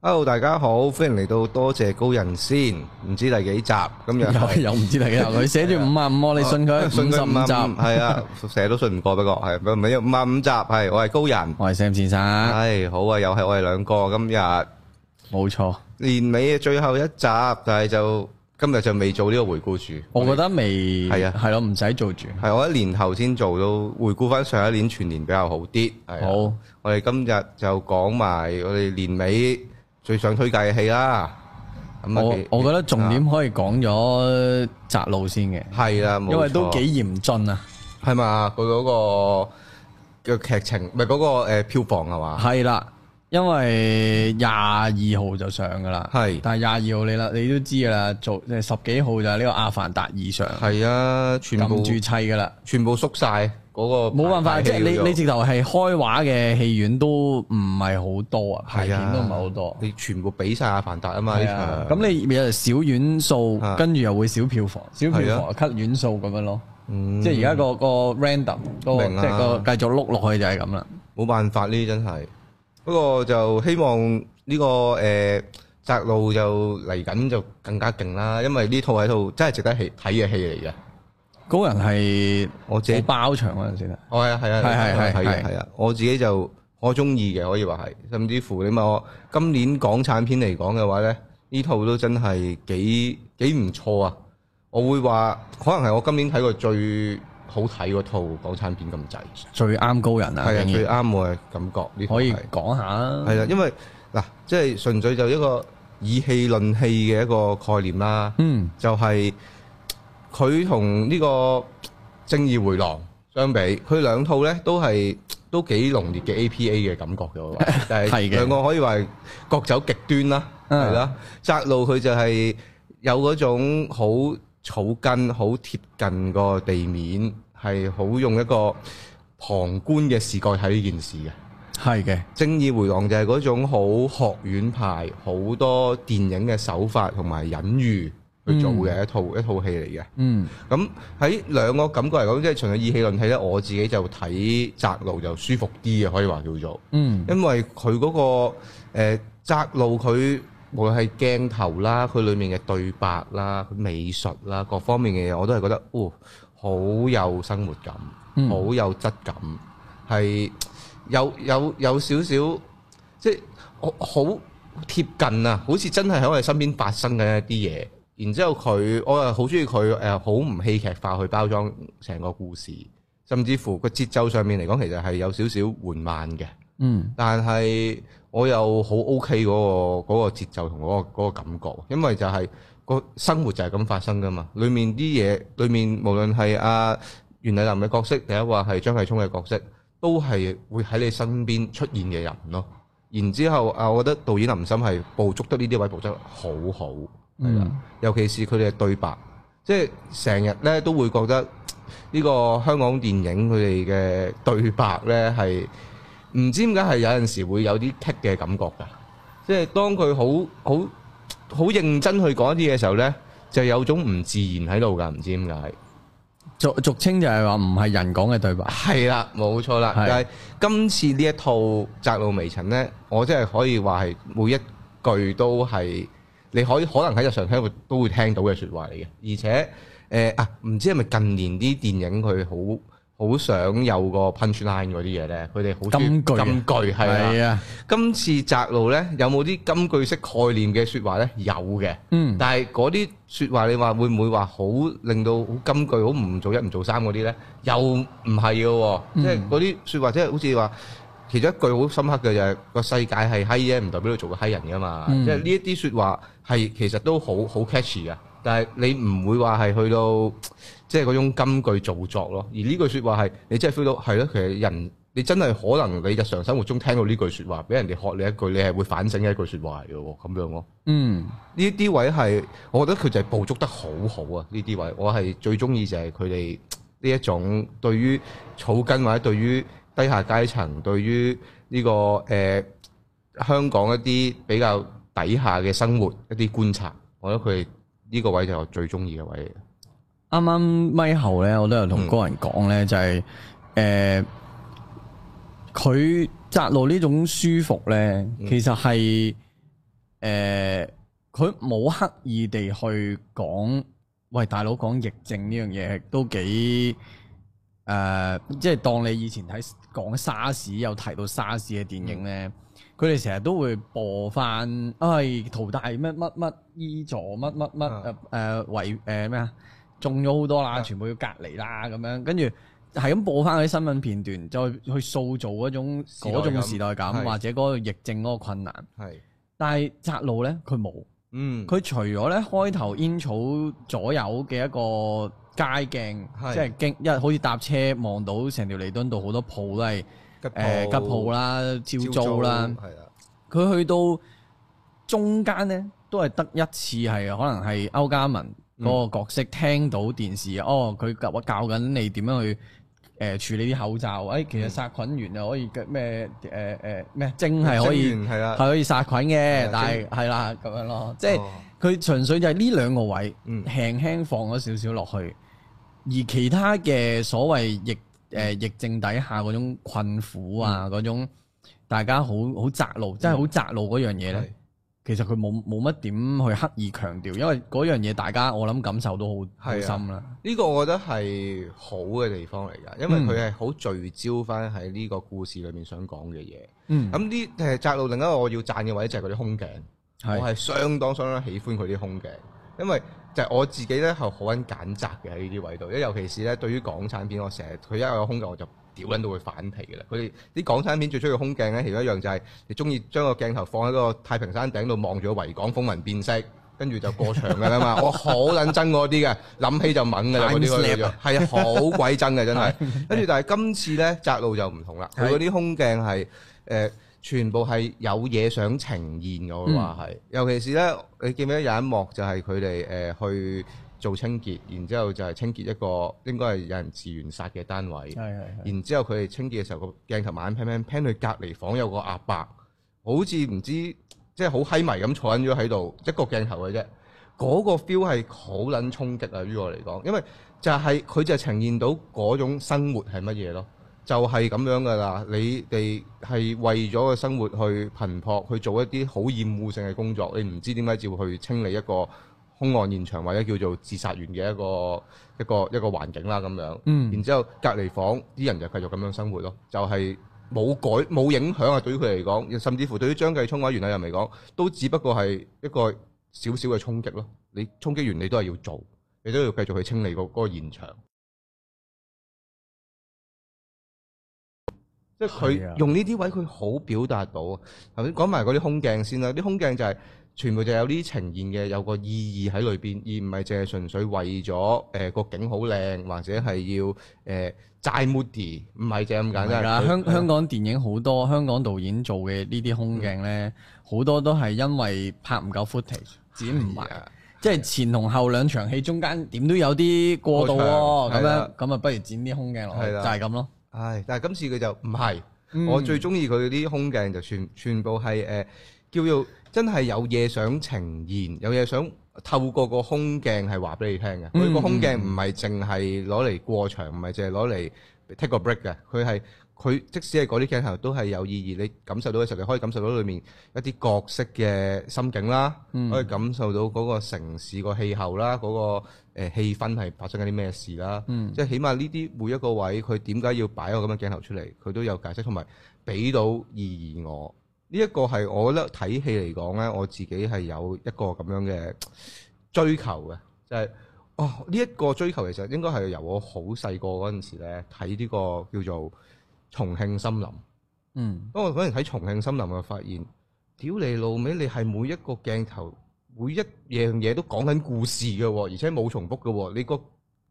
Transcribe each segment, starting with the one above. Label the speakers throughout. Speaker 1: Hello，大家好，歡迎嚟到多謝高人先，唔知第幾集咁 樣。
Speaker 2: 又又唔知嚟嘅，佢寫住五啊五，我哋信佢
Speaker 1: 哦 信
Speaker 2: 五十
Speaker 1: 佢
Speaker 2: 五集。
Speaker 1: 係啊，成日都信唔過，不過係唔係五啊五集係，我係高人，
Speaker 2: 我係 Sam 先生，
Speaker 1: 係好啊，又係我哋兩個今日。
Speaker 2: 冇錯。
Speaker 1: 年尾嘅最後一集，但係就今日就未做呢個回顧住。
Speaker 2: 我覺得未
Speaker 1: 係啊
Speaker 2: 係咯，唔使做住。
Speaker 1: 係我一年後先做到回顧翻上一年全年比較好啲。係啊，
Speaker 2: 好，
Speaker 1: 我哋今日就講埋我哋年尾最想推介嘅戲啦。咁啊
Speaker 2: 我
Speaker 1: 幾啊
Speaker 2: 我覺得重點可以講咗窄路先嘅，
Speaker 1: 係啦，冇
Speaker 2: 因為都
Speaker 1: 錯
Speaker 2: 幾嚴峻啊。
Speaker 1: 係嘛，佢嗰個嘅劇情，唔係嗰個誒票房係嘛？
Speaker 2: 係啦，因為廿二號就上噶啦，
Speaker 1: 係
Speaker 2: 但係廿二號你啦，你都知噶啦，做即係十幾號就係呢個《阿凡達》以上
Speaker 1: 係啊，全部
Speaker 2: 撳住砌噶啦。
Speaker 1: 全部縮晒嗰個
Speaker 2: 冇辦法，
Speaker 1: 排
Speaker 2: 即係
Speaker 1: 戲嗰
Speaker 2: 你
Speaker 1: 度
Speaker 2: 你直頭係開畫嘅戲院都唔係好多啊，排片都唔係好多。
Speaker 1: 你全部俾晒阿凡達啊嘛呢
Speaker 2: 係啊，
Speaker 1: 場。
Speaker 2: 咁你又少院數
Speaker 1: 啊，
Speaker 2: 跟住又會少票房，少票
Speaker 1: 係啊
Speaker 2: 房 cut 院數咁樣咯。
Speaker 1: 嗯
Speaker 2: 即係而家個個 random 嗰個
Speaker 1: 明啊
Speaker 2: 即係個繼續碌落去就係咁啦。
Speaker 1: 冇辦法呢啲真係。不過就希望呢、個誒窄、路就嚟緊就更加勁啦，因為呢套係套真係值得戲睇嘅戲嚟嘅。
Speaker 2: 高人係
Speaker 1: 我自己
Speaker 2: 好包場嗰陣時啦，
Speaker 1: 我係啊係啊
Speaker 2: 係
Speaker 1: 係
Speaker 2: 係
Speaker 1: 啊
Speaker 2: 係
Speaker 1: 係啊
Speaker 2: 係
Speaker 1: 係啊，我自己就我中意嘅可以話係，甚至乎你問我今年港產片嚟講嘅話咧，呢套都真係幾幾唔錯啊！我會話可能係我今年睇過最好睇嗰套港產片咁滯，
Speaker 2: 最啱高人啊，
Speaker 1: 係啊
Speaker 2: 竟
Speaker 1: 最
Speaker 2: 然
Speaker 1: 啱我嘅感覺呢套
Speaker 2: 可以
Speaker 1: 係
Speaker 2: 講下啊。
Speaker 1: 係啦，因為嗱，即係純粹就一個以氣論氣嘅一個概念啦，
Speaker 2: 嗯，
Speaker 1: 就係佢同呢個正義回廊相比，佢兩套咧都係都幾濃烈嘅 APA 嘅感覺嘅，我 話但係
Speaker 2: 係嘅
Speaker 1: 兩個可以話係各走極端啦，
Speaker 2: 嗯
Speaker 1: 係啦，窄路佢就係有嗰種好草根、好貼近個地面，係好用一個旁觀嘅視覺睇呢件事嘅。
Speaker 2: 係嘅，
Speaker 1: 正義回廊就係嗰種好學院派，好多電影嘅手法同埋隱喻去做嘅一套、一套戲嚟嘅。
Speaker 2: 嗯，
Speaker 1: 咁喺兩個感覺嚟講，即係純粹以戲論戲咧，我自己就睇窄路就舒服啲嘅，可以話叫做，
Speaker 2: 嗯，
Speaker 1: 因為佢嗰、個、呃、窄路佢無論係鏡頭啦，佢裡面嘅對白啦、美術啦各方面嘅嘢，我都係覺得，哦，好有生活感。
Speaker 2: 嗯
Speaker 1: 好有質感，係有有有少少即係好好貼近啊，好似真係喺我哋身邊發生緊一啲嘢。然之後佢，我又好中意佢誒，好唔戲劇化去包裝成個故事，甚至乎個節奏上面嚟講，其實係有少少緩慢嘅，
Speaker 2: 嗯，
Speaker 1: 但係我又好 OK 嗰、個嗰、個節奏同嗰、個嗰個感覺，因為就係、個生活就係咁發生噶嘛。裡面啲嘢，裡面無論係阿袁麗林嘅角色，第一話係張繼聰嘅角色，都係會喺你身邊出現嘅人咯。然之後啊，我覺得導演林森係捕捉得呢啲位捕捉得好好，係啦、
Speaker 2: 嗯
Speaker 1: 尤其是佢哋嘅對白，即係成日咧都會覺得呢個香港電影佢哋嘅對白咧係唔知點解係有陣時會有啲棘嘅感覺㗎，即係當佢好好好認真去講一啲嘢嘅時候咧，就有種唔自然喺度㗎，唔知點解。
Speaker 2: 俗俗稱就係話唔係人講嘅對白。
Speaker 1: 係啦，冇錯啦。
Speaker 2: 係
Speaker 1: 但係今次呢一套《窄路微塵》呢，我真係可以話係每一句都係你可以可能喺日常生活都會聽到嘅説話嚟嘅。而且誒、呃啊，唔知係咪近年啲電影佢好好想有個 punch line 嗰啲嘢呢？佢哋好中意
Speaker 2: 金句啊
Speaker 1: 金句係啦。
Speaker 2: 係啊，
Speaker 1: 今次窄路呢，有冇啲金句式概念嘅説話呢？有嘅。
Speaker 2: 嗯，
Speaker 1: 但係嗰啲説話，你話會唔會話好令到好金句，好唔做一唔做三嗰啲呢？又唔係嘅喎，
Speaker 2: 嗯
Speaker 1: 即係嗰啲説話，即係好似話其中一句好深刻嘅就係、個世界係閪啫，唔代表你做個閪人噶嘛。
Speaker 2: 嗯
Speaker 1: 即係呢一啲説話係其實都好好 catchy 嘅，但係你唔會話係去到即係嗰種金句造作咯。而呢句説話係你真係 feel 到係咯，其實人。你真係可能你日常生活中聽到呢句説話，俾人哋學你一句，你係會反省嘅一句説話嚟嘅喎，咁樣咯。
Speaker 2: 嗯，
Speaker 1: 呢啲位係，我覺得佢就係捕捉得好好啊！呢啲位，我係最中意就係佢哋呢一種對於草根或者對於低下階層、對於呢、個誒、呃香港一啲比較底下嘅生活一啲觀察，我覺得佢哋呢個位就係我最中意嘅位嚟嘅。
Speaker 2: 啱啱咪後咧，我都有同高人講咧，就係呃誒佢窄路呢種舒服咧，其實係诶，佢冇刻意地去講，喂大佬講疫症呢樣嘢都幾诶、呃即係當你以前睇講沙士有提到沙士嘅電影咧，佢哋成日都會播翻，唉、淘大乜乜乜醫助乜乜呃乜诶
Speaker 1: 啊
Speaker 2: 诶為诶咩啊，中咗好多啦，
Speaker 1: 啊
Speaker 2: 全部要隔離啦咁樣，跟住係咁播翻嗰啲新聞片段，再去塑造嗰種
Speaker 1: 時代
Speaker 2: 嗰種
Speaker 1: 感
Speaker 2: 時代感，
Speaker 1: 係
Speaker 2: 或者嗰個疫症嗰個困難。
Speaker 1: 係，
Speaker 2: 但係窄路咧，佢冇。
Speaker 1: 嗯，
Speaker 2: 佢除咗咧開頭煙草左右嘅一個街鏡，
Speaker 1: 係
Speaker 2: 即係經一好似搭車望到成條彌敦道好多鋪都係
Speaker 1: 吉
Speaker 2: 誒吉鋪
Speaker 1: 啦，
Speaker 2: 啦、招租啦，
Speaker 1: 係啦，
Speaker 2: 佢去到中間咧都係得一次係可能係歐嘉文嗰個角色聽到電視，哦佢教教緊你點樣去。誒、處理啲口罩，誒、哎其實殺菌源又可以嘅咩誒誒咩蒸係可以
Speaker 1: 係
Speaker 2: 係
Speaker 1: 啦，
Speaker 2: 可以殺菌嘅
Speaker 1: 嗯係，哦
Speaker 2: 但係係啦咁樣咯，即係佢純粹就係呢兩個位
Speaker 1: 嗯
Speaker 2: 輕輕放咗少少落去，而其他嘅所謂疫誒、呃
Speaker 1: 嗯
Speaker 2: 疫症底下嗰種困苦啊，嗰、種大家好好窄
Speaker 1: 嗯
Speaker 2: 路，真係好窄路嗰樣嘢咧，其實佢冇冇乜點去刻意強調，因為嗰樣嘢大家我諗感受都好好
Speaker 1: 係啊
Speaker 2: 深啦，
Speaker 1: 呢個我覺得係好嘅地方嚟㗎，因為
Speaker 2: 嗯
Speaker 1: 佢係好聚焦翻喺呢個故事裏面想講嘅嘢。
Speaker 2: 嗯，
Speaker 1: 咁呢誒窄路另一個我要讚嘅位就係嗰啲空鏡，我
Speaker 2: 係
Speaker 1: 係相當相當喜歡佢啲空鏡，因為就係我自己咧係好揾揀擇嘅喺呢啲位度，因為尤其是咧對於港產片，我成日佢一有空鏡我就屌撚到佢反皮嘅啦。佢哋啲港產片最中意空鏡咧，其中一樣就係你中意將個鏡頭放喺個太平山頂度望住個維港風雲變色。跟住就過場㗎啦 嘛，我好撚憎嗰啲嘅，諗起就猛㗎啦嗰啲
Speaker 2: Time
Speaker 1: 嗰
Speaker 2: slap
Speaker 1: 啲就係啊，好鬼憎嘅真 係。跟住但係今次咧，窄路就唔同啦，佢
Speaker 2: 係
Speaker 1: 嗰啲空鏡係呃誒、全部係有嘢想呈現嘅，我會話係。尤其是咧，你記唔記得有一幕就係佢哋誒去做清潔，然之後就係清潔一個應該係有人自願殺嘅單位。
Speaker 2: 係係係
Speaker 1: 然之後佢哋清潔嘅時候，個鏡頭慢慢 pan pan pan 去隔離房有個阿伯，好似唔知即係好閪迷咁坐緊咗喺度，一個鏡頭嘅啫。嗰個 feel 係好撚衝擊啊！於我嚟講，因為就係佢就呈現到嗰種生活係乜嘢咯，就係咁樣噶啦。你哋係為咗個生活去頻撲去做一啲好厭惡性嘅工作，你唔知點解照去清理一個兇案現場或者叫做自殺員嘅一個一個一個環境啦咁樣。
Speaker 2: 嗯
Speaker 1: 然之後隔離房啲人就繼續咁樣生活咯，就係、冇改冇影響啊！對於佢嚟講，甚至乎對於張繼聰或者袁澧人嚟啊講，都只不過係一個少少嘅衝擊咯。你衝擊完，你都係要做，你都要繼續去清理個嗰個現場。即係
Speaker 2: 係啊
Speaker 1: 佢用呢啲位，佢好表達到啊！頭先講埋嗰啲空鏡先啦，啲空鏡就係、全部就有啲呈現嘅，有個意義喺裏邊，而唔係淨係純粹為咗誒個景好靚，或者係要誒齋 moody，唔係就係咁簡
Speaker 2: 係啊
Speaker 1: 單。
Speaker 2: 啦，
Speaker 1: 佢嗯
Speaker 2: 香香港電影好多香港導演做嘅呢啲空鏡咧，好多都係因為拍唔夠 footage，剪唔埋
Speaker 1: 係。啊
Speaker 2: 即係前同後兩場戲中間點都有啲過渡
Speaker 1: 過場
Speaker 2: 喎，
Speaker 1: 係
Speaker 2: 咁
Speaker 1: 啦
Speaker 2: 樣咁啊，不如剪啲空鏡落去，
Speaker 1: 係
Speaker 2: 就
Speaker 1: 啦
Speaker 2: 係咁咯。
Speaker 1: 唉，但係今次佢就唔係。
Speaker 2: 嗯
Speaker 1: 我最中意佢啲空鏡就全全部係誒、呃叫做真係有嘢想呈現，有嘢想透過個空鏡係話俾你聽嘅。佢、
Speaker 2: 嗯
Speaker 1: 個空鏡唔係淨係攞嚟過場，唔係淨係攞嚟呃 take a break 嘅。佢係佢即使係嗰啲鏡頭都係有意義，你感受到嘅時候，你可以感受到裏面一啲角色嘅心境啦，
Speaker 2: 嗯
Speaker 1: 可以感受到嗰個城市個氣候啦，嗰、個、呃、氣氛係發生緊啲咩事啦。
Speaker 2: 嗯
Speaker 1: 即係起碼呢啲每一個位，佢點解要擺個咁嘅鏡頭出嚟，佢都有解釋，同埋俾到意義我。呢一個係我覺得睇戲嚟講咧，我自己係有一個咁樣嘅追求嘅，就係、哦呢一、個追求其實應該係由我好細個嗰陣時咧睇呢個叫做重慶森林。
Speaker 2: 嗯
Speaker 1: 當我嗰陣睇重慶森林，我就發現屌你老味，你係每一個鏡頭每一樣嘢都講緊故事嘅喎，而且冇重複嘅喎，你個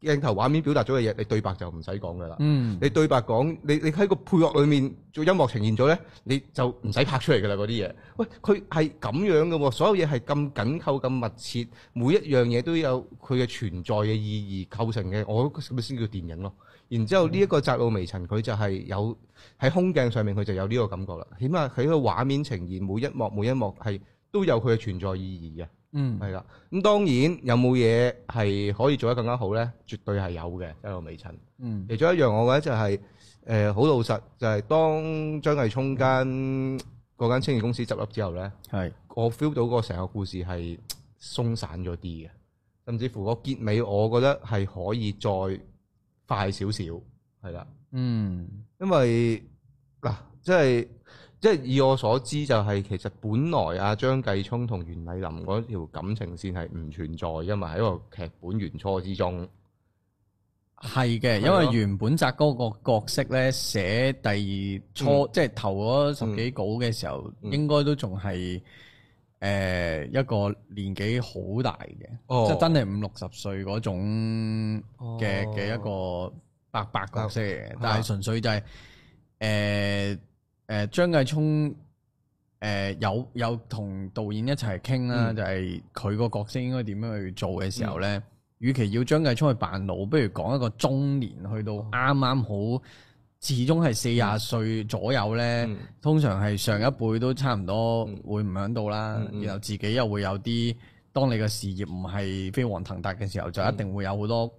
Speaker 1: 鏡頭畫面表達咗嘅嘢，你對白就唔使講噶啦。
Speaker 2: 嗯
Speaker 1: 你對白講，你你喺個配樂裏面做音樂呈現咗咧，你就唔使拍出嚟噶啦嗰啲嘢。喂，佢係咁樣嘅喎，所有嘢係咁緊扣、咁密切，每一樣嘢都有佢嘅存在嘅意義構成嘅，我咁咪先叫電影咯。然之後呢一個窄路微塵，佢就係有喺空鏡上面，佢就有呢個感覺啦。起碼喺個畫面呈現每一幕每一幕係都有佢嘅存在意義嘅。
Speaker 2: 嗯
Speaker 1: 係啦，咁當然有冇嘢係可以做得更加好呢？絕對係有嘅，一路微塵。
Speaker 2: 嗯
Speaker 1: 呃其中一樣我覺得就係、誒好、老實，就係、當張繼聰間嗰間清潔公司執笠之後咧，
Speaker 2: 係
Speaker 1: 我 feel 到個成個故事係鬆散咗啲嘅，甚至乎個結尾我覺得係可以再快少少，係啦，
Speaker 2: 嗯
Speaker 1: 因為嗱、即係即係以我所知就係、其實本來阿張繼聰同袁麗琳嗰條感情線係唔存在噶嘛，喺個劇本原初之中，
Speaker 2: 係嘅，
Speaker 1: 係
Speaker 2: 因
Speaker 1: 咯
Speaker 2: 為原本澤嗰個角色咧寫第二初，即係頭嗰十幾稿嘅時候，
Speaker 1: 嗯
Speaker 2: 應該都仲係誒一個年紀好大嘅，
Speaker 1: 哦
Speaker 2: 即係真係五六十歲嗰種嘅嘅一個伯伯哦角色嚟嘅
Speaker 1: 啊，
Speaker 2: 但係純粹就係誒誒張繼聰誒有有同導演一齊傾啦，
Speaker 1: 嗯
Speaker 2: 就係佢個角色應該點樣去做嘅時候咧，與其要張繼聰去扮老，不如講一個中年去到啱啱好，始終係四廿歲左右咧。
Speaker 1: 嗯
Speaker 2: 通常係上一輩都差唔多
Speaker 1: 嗯
Speaker 2: 會唔喺度啦，
Speaker 1: 嗯嗯
Speaker 2: 然後自己又會有啲，當你嘅事業唔係飛黃騰達嘅時候，就一
Speaker 1: 嗯
Speaker 2: 定會有好多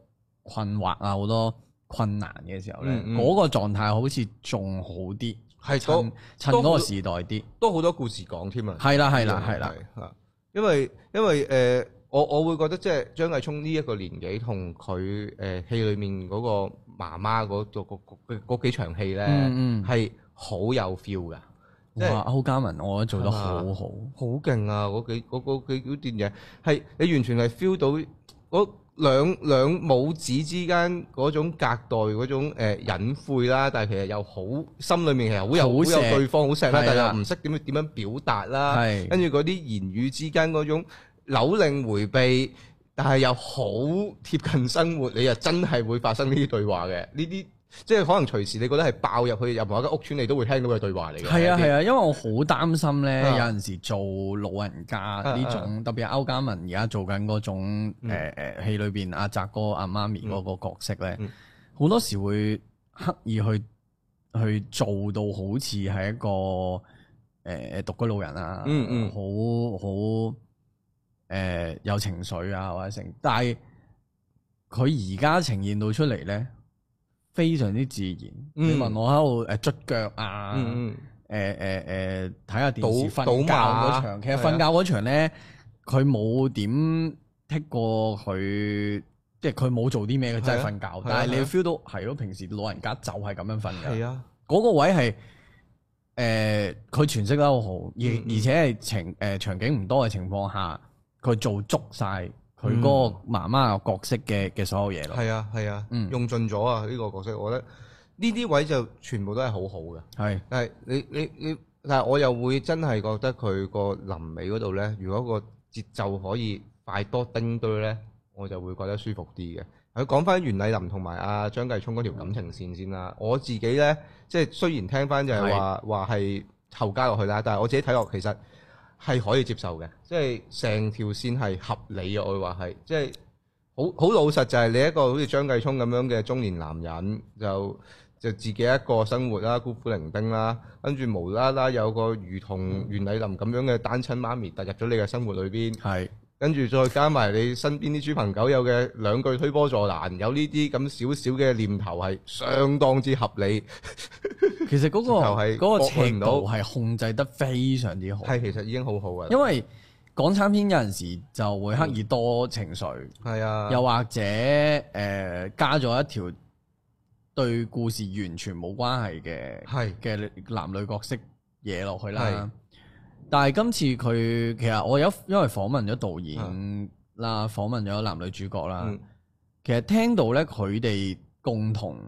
Speaker 2: 困惑啊，好多困難嘅時候咧，嗰、
Speaker 1: 嗯嗯
Speaker 2: 個狀態好似仲好啲，
Speaker 1: 係
Speaker 2: 趁
Speaker 1: 都
Speaker 2: 趁嗰個時代啲，
Speaker 1: 都好多故事講添啊！
Speaker 2: 係啦係啦係啦，
Speaker 1: 啦，啊因為因為誒、呃我我會覺得即係張繼聰呢一個年紀同佢誒戲裏面嗰個媽媽嗰度嗰嗰嗰幾場戲咧，
Speaker 2: 嗯嗯，
Speaker 1: 係好、有 feel 噶，即係
Speaker 2: 哇，歐嘉文我覺得做得好好，
Speaker 1: 好勁啊！嗰幾嗰嗰幾嗰段嘢係你完全係 feel 到嗰兩兩母子之間嗰種隔代嗰種誒、呃、隱晦啦，但係其實又好心裏面其實好有
Speaker 2: 好
Speaker 1: 好
Speaker 2: 錫
Speaker 1: 有對方好錫啦，
Speaker 2: 係啦
Speaker 1: 但係又唔識點樣點樣表達啦。
Speaker 2: 係
Speaker 1: 跟住嗰啲言語之間嗰種扭擰迴避，但係又好貼近生活，你又真係會發生呢啲對話嘅。呢啲即係可能隨時你覺得係爆入去任何一間屋村，你都會聽到嘅對話嚟嘅。
Speaker 2: 係啊係
Speaker 1: 啊，
Speaker 2: 啊，因為我好擔心咧，
Speaker 1: 啊
Speaker 2: 有陣時做老人家呢種，特別係歐嘉文而家做緊嗰種
Speaker 1: 嗯
Speaker 2: 誒誒戲裏邊阿澤哥阿媽咪嗰個角色咧
Speaker 1: 嗯，
Speaker 2: 好多時會刻意去去做到好似係一個誒誒獨居老人啊，
Speaker 1: 嗯嗯
Speaker 2: 好好誒有情緒啊或者成，但係佢而家呈現到出嚟咧。非常之自然，
Speaker 1: 嗯
Speaker 2: 你問我喺度誒捽腳啊，
Speaker 1: 嗯嗯，
Speaker 2: 誒誒誒睇下電
Speaker 1: 賭
Speaker 2: 視瞓覺
Speaker 1: 賭
Speaker 2: 嗰
Speaker 1: 馬
Speaker 2: 場，其實
Speaker 1: 係啊
Speaker 2: 瞓覺嗰場咧，佢冇點剔過佢，即係佢冇做啲咩，佢真係瞓覺。
Speaker 1: 係啊
Speaker 2: 但係你
Speaker 1: 係啊
Speaker 2: feel 到係咯，平時老人家就係咁樣瞓
Speaker 1: 係
Speaker 2: 㗎。
Speaker 1: 啊，
Speaker 2: 嗰個位係誒，佢詮釋得好好，而
Speaker 1: 嗯嗯
Speaker 2: 而且係情誒場景唔多嘅情況下，佢做足晒
Speaker 1: 嗯
Speaker 2: 佢嗰個媽媽嘅角色嘅嘅所有嘢咯。
Speaker 1: 係啊，係啊
Speaker 2: 嗯，
Speaker 1: 用盡咗啊！呢個角色，我覺得呢啲位就全部都係好好嘅。
Speaker 2: 係
Speaker 1: 但係你你你，但係我又會真係覺得佢個臨尾嗰度咧，如果個節奏可以快多丁堆咧，我就會覺得舒服啲嘅。佢講翻袁麗琳同埋阿張繼聰嗰條感情線先啦。我自己咧，即係雖然聽翻就係話話係後加落去啦，但係我自己睇落其實係可以接受嘅，即係成條線係合理嘅，我會話係，即係好好老實就係你一個好似張繼聰咁樣嘅中年男人就。就自己一個生活啦，孤苦伶仃啦，跟住無啦啦有個如同
Speaker 2: 嗯
Speaker 1: 袁麗琳咁樣嘅單親媽咪突入咗你嘅生活裏邊，
Speaker 2: 係
Speaker 1: 跟住再加埋你身邊啲豬朋狗友嘅兩句推波助瀾，有呢啲咁少少嘅念頭係相當之合理，
Speaker 2: 其
Speaker 1: 直
Speaker 2: 實嗰個
Speaker 1: 頭係
Speaker 2: 嗰個
Speaker 1: 過去
Speaker 2: 尺
Speaker 1: 唔到
Speaker 2: 度係控制得非常之好。
Speaker 1: 係其實已經好好嘅，
Speaker 2: 因為港產片有陣時就會刻意多情緒，
Speaker 1: 係啊，
Speaker 2: 又或者誒、呃加咗一條對故事完全冇關係嘅
Speaker 1: 係
Speaker 2: 嘅男女角色嘢落去啦。但係今次佢其實我有因為訪問咗導演啦，訪問咗男女主角啦，
Speaker 1: 嗯
Speaker 2: 其實聽到咧佢哋共同誒誒、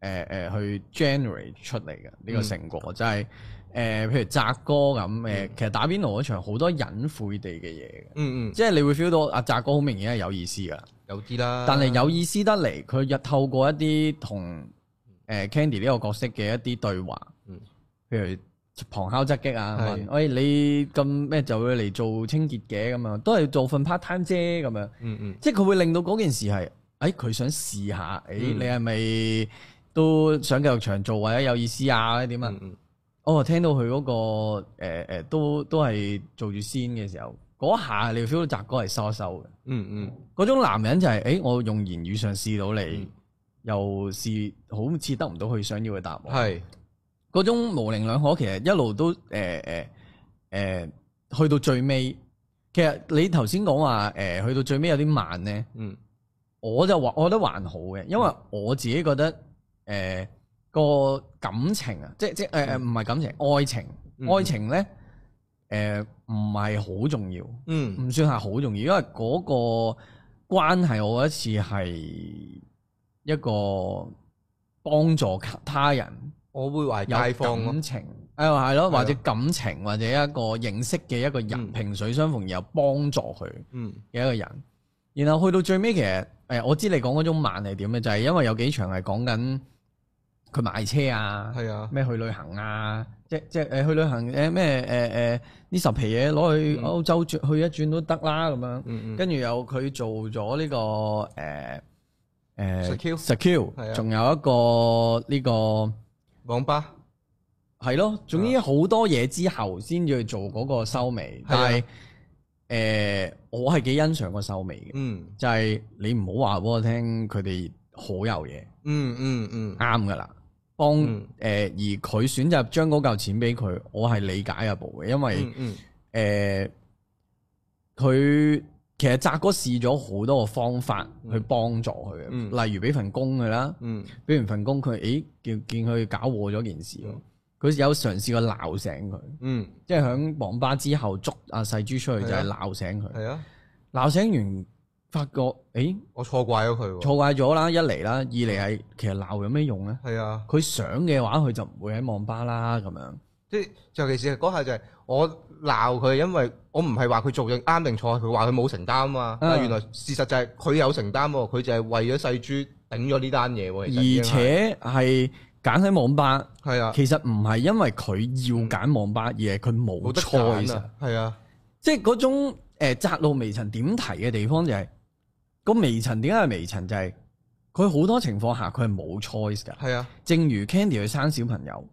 Speaker 2: 呃呃去 generate 出嚟嘅
Speaker 1: 嗯
Speaker 2: 呢個成果，就係、誒、呃譬如澤哥咁誒，
Speaker 1: 嗯
Speaker 2: 其實打邊爐嗰場好多隱晦地嘅嘢嘅，
Speaker 1: 嗯嗯
Speaker 2: 即係你會 feel 到阿澤哥好明顯係有意思噶，
Speaker 1: 有啲啦，
Speaker 2: 但係有意思得嚟，佢日透過一啲同誒 Candy 呢個角色嘅一啲對話，
Speaker 1: 嗯
Speaker 2: 譬如旁敲側擊啊，
Speaker 1: 係
Speaker 2: 問喂你咁咩就會嚟做清潔嘅咁樣，都係做份 part time 啫咁樣。
Speaker 1: 嗯嗯
Speaker 2: 即係佢會令到嗰件事係，誒佢想試下，誒、
Speaker 1: 嗯
Speaker 2: 你係咪都想繼續長做或者有意思啊？或者點啊？
Speaker 1: 嗯嗯
Speaker 2: 哦，聽到佢嗰、個誒、呃、都都係做住先嘅時候，嗰下你 feel 到澤哥係收一收嘅，
Speaker 1: 嗯嗯
Speaker 2: 嗰種男人就係、誒我用言語上試到你，
Speaker 1: 嗯
Speaker 2: 又試好似得唔到佢想要嘅答案，
Speaker 1: 嗯係
Speaker 2: 嗰種模棱兩可，其實一路都誒誒、呃诶、去到最尾，其實你頭先講話诶，去到最尾有啲慢咧，
Speaker 1: 嗯
Speaker 2: 我就話我覺得還好嘅，因為我自己覺得诶個、感情啊，即即诶诶唔係感情，愛情，
Speaker 1: 嗯
Speaker 2: 愛情咧诶唔係好重要，
Speaker 1: 嗯
Speaker 2: 唔算係好重要，因為嗰個關係我覺得似係一個幫助他人。
Speaker 1: 我會話
Speaker 2: 有
Speaker 1: 街坊咯
Speaker 2: 感，情，誒係
Speaker 1: 係
Speaker 2: 咯，
Speaker 1: 啊
Speaker 2: 或者感情或者一個認識嘅一個人，
Speaker 1: 嗯
Speaker 2: 萍水相逢又幫助佢
Speaker 1: 嗯
Speaker 2: 嘅一個人。然後去到最尾，其實誒、我知你講嗰種慢係點嘅，就係、因為有幾場係講緊佢買車啊，
Speaker 1: 係啊，
Speaker 2: 咩去旅行啊，即即誒、去旅行誒咩誒誒呢十皮嘢攞去
Speaker 1: 嗯
Speaker 2: 歐洲轉去一轉都得啦咁樣。
Speaker 1: 嗯嗯
Speaker 2: 跟住有佢做咗呢、個誒誒、
Speaker 1: Secure
Speaker 2: secure，
Speaker 1: 係啊
Speaker 2: 仲有一個呢、個。
Speaker 1: 網吧
Speaker 2: 系咯，總之好多嘢之後先至去做嗰個收尾，
Speaker 1: 係啊
Speaker 2: 但係诶、呃我係幾欣賞個收尾嘅，
Speaker 1: 嗯
Speaker 2: 就係你唔好話俾我聽，佢哋好有嘢，
Speaker 1: 嗯嗯嗯
Speaker 2: 啱噶啦，幫
Speaker 1: 嗯
Speaker 2: 诶、而佢選擇將嗰嚿錢俾佢，我係理解嘅部嘅，因為
Speaker 1: 嗯嗯
Speaker 2: 诶佢、其實澤哥試咗好多個方法去幫助佢嘅，
Speaker 1: 嗯
Speaker 2: 例如俾份工佢啦。
Speaker 1: 嗯
Speaker 2: 俾完份工佢，咦見見佢搞禍咗件事喎，佢有嘗試過鬧醒佢，
Speaker 1: 嗯
Speaker 2: 即係喺網吧之後捉阿細豬出去就
Speaker 1: 係啊
Speaker 2: 係鬧醒佢，
Speaker 1: 係啊，
Speaker 2: 鬧醒完發覺，誒
Speaker 1: 我錯怪咗佢喎，
Speaker 2: 錯怪咗啦，一嚟啦，二嚟係其實鬧有咩用咧？
Speaker 1: 係啊。
Speaker 2: 佢想嘅話，佢就唔會喺網吧啦咁樣，
Speaker 1: 即係尤其是嗰下就係我鬧佢，因為我唔係話佢做嘅啱定錯，佢話佢冇承擔啊嘛。但係原來事實就係佢有承擔喎，佢就係為咗細豬頂咗呢單嘢喎。其實已經
Speaker 2: 而
Speaker 1: 係
Speaker 2: 且係揀喺網吧，
Speaker 1: 係啊，
Speaker 2: 其實唔係因為佢要揀網吧，而係佢
Speaker 1: 冇
Speaker 2: 冇
Speaker 1: 得
Speaker 2: choice
Speaker 1: 錯
Speaker 2: 啊
Speaker 1: 啊，係啊，
Speaker 2: 即係嗰種誒窄路微塵點提嘅地方就係、個微塵點解係微塵就係佢好多情況下佢係冇 choice 㗎。
Speaker 1: 係啊，
Speaker 2: 正如 Candy 去生小朋友，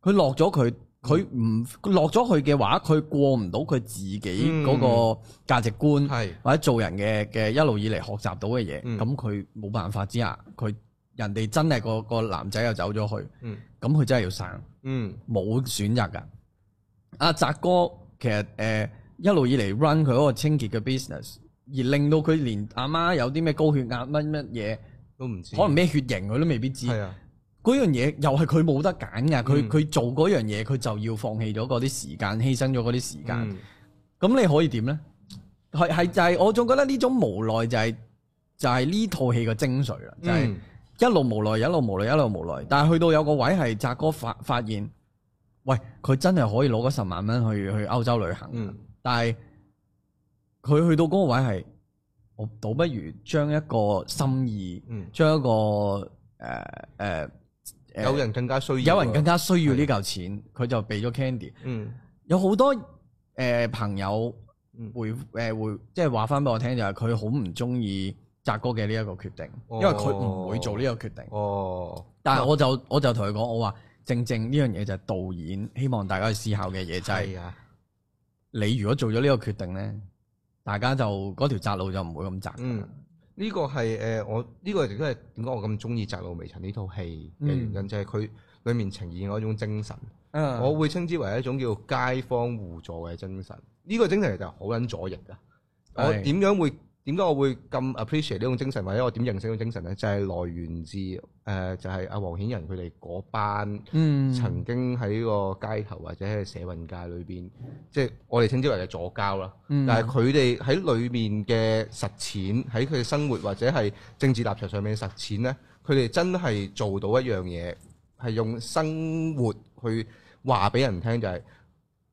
Speaker 2: 佢落咗佢，佢唔佢落咗佢嘅話，佢過唔到佢自己嗰個價值觀、
Speaker 1: 係
Speaker 2: 或者做人嘅嘅一路以嚟學習到嘅嘢，
Speaker 1: 嗯
Speaker 2: 咁佢冇辦法之下，佢人哋真係個個男仔又走咗去，
Speaker 1: 嗯
Speaker 2: 咁佢真係要生。
Speaker 1: 嗯
Speaker 2: 冇選擇㗎。阿澤哥其實誒、呃一路以嚟 run 佢嗰個清潔嘅 business，而令到佢連阿媽有啲咩高血壓乜乜嘢，
Speaker 1: 都唔知
Speaker 2: 可能咩血型佢都未必知。
Speaker 1: 係啊，
Speaker 2: 嗰樣嘢又係佢冇得揀㗎，佢
Speaker 1: 嗯
Speaker 2: 佢、做嗰樣嘢佢就要放棄咗嗰啲時間，犧牲咗嗰啲時間。
Speaker 1: 嗯
Speaker 2: 咁你可以點呢？係係就係、我仲覺得呢種無奈就係、就係呢套戲嘅精髓啦，就係、
Speaker 1: 嗯
Speaker 2: 一路無奈，一路無奈，一路無奈。但係去到有個位係澤哥發發現，喂，佢真係可以攞嗰十萬蚊去去歐洲旅行。
Speaker 1: 嗯
Speaker 2: 但係佢去到嗰個位係，我倒不如將一個心意，
Speaker 1: 嗯，
Speaker 2: 將一個誒誒誒，
Speaker 1: 有人更加需要，啊
Speaker 2: 有人更，加需要呢嚿錢，佢就俾咗 Candy。
Speaker 1: 嗯
Speaker 2: 有好多誒、呃朋友
Speaker 1: 嗯
Speaker 2: 回誒、呃回，即係話翻俾我聽，就係佢好唔中意澤哥嘅呢一個決定，因為佢唔會做呢個決定。
Speaker 1: 哦，
Speaker 2: 但係我就我就同佢講，我話正正呢樣嘢就係導演希望大家去思考嘅嘢，就係、
Speaker 1: 係啊，
Speaker 2: 你如果做咗呢個決定咧，大家就嗰條窄路就唔會咁窄。
Speaker 1: 嗯。呢個係誒、呃我呢、個亦都係點解我咁中意《窄路微塵》呢套戲嘅原因，就係佢裡面呈現嗰種精神。
Speaker 2: 嗯
Speaker 1: 我會稱之為一種叫街坊互助嘅精神。呢、個精神其實好撚左翼噶。我
Speaker 2: 係
Speaker 1: 點樣會點解我會咁 appreciate 呢種精神，或者我點認識呢種精神呢？就係、來源自誒、呃就係阿黃顯仁佢哋嗰班
Speaker 2: 嗯
Speaker 1: 曾經喺個街頭或者係社運界裏邊，即係我哋稱之為嘅左交啦。
Speaker 2: 嗯
Speaker 1: 但係佢哋喺裏面嘅實踐，喺佢哋生活或者係政治立場上面嘅實踐呢，佢哋真係做到一樣嘢，係用生活去話俾人聽，就係、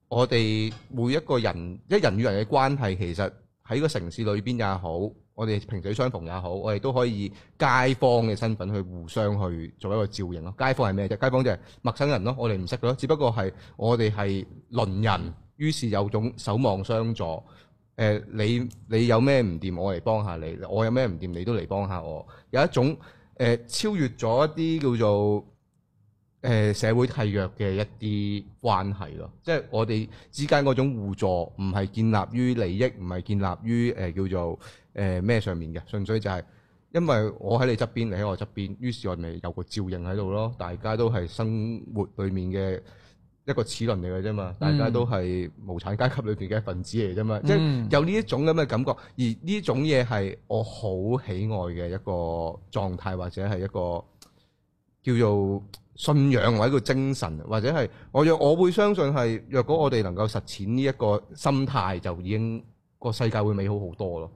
Speaker 1: 我哋每一個人，一人與人嘅關係，其實喺個城市裏邊也好，我哋萍水相逢也好，我哋都可以以街坊嘅身份去互相去做一個照應咯。街坊係咩啫？街坊就係陌生人咯，我哋唔識咯，只不過係我哋係鄰人，於是有種守望相助。誒、你你有咩唔掂，我嚟幫下你；我有咩唔掂，你都嚟幫下我。有一種誒、呃超越咗一啲叫做誒、呃社會契約嘅一啲關係咯，即係我哋之間嗰種互助，唔係建立於利益，唔係建立於誒、呃叫做誒咩、上面嘅，純粹就係、因為我喺你側邊，你喺我側邊，於是我咪有個照應喺度咯。大家都係生活裡面嘅一個齒輪嚟嘅啫嘛，大家都係無產階級裏邊嘅一份子嚟啫嘛，即係
Speaker 2: 嗯
Speaker 1: 有呢一種咁嘅感覺，而呢種嘢係我好喜愛嘅一個狀態，或者係一個叫做信仰或者一個精神，或者係我若我會相信係，若果我哋能夠實踐呢一個心態，就已經個世界會美好好多咯。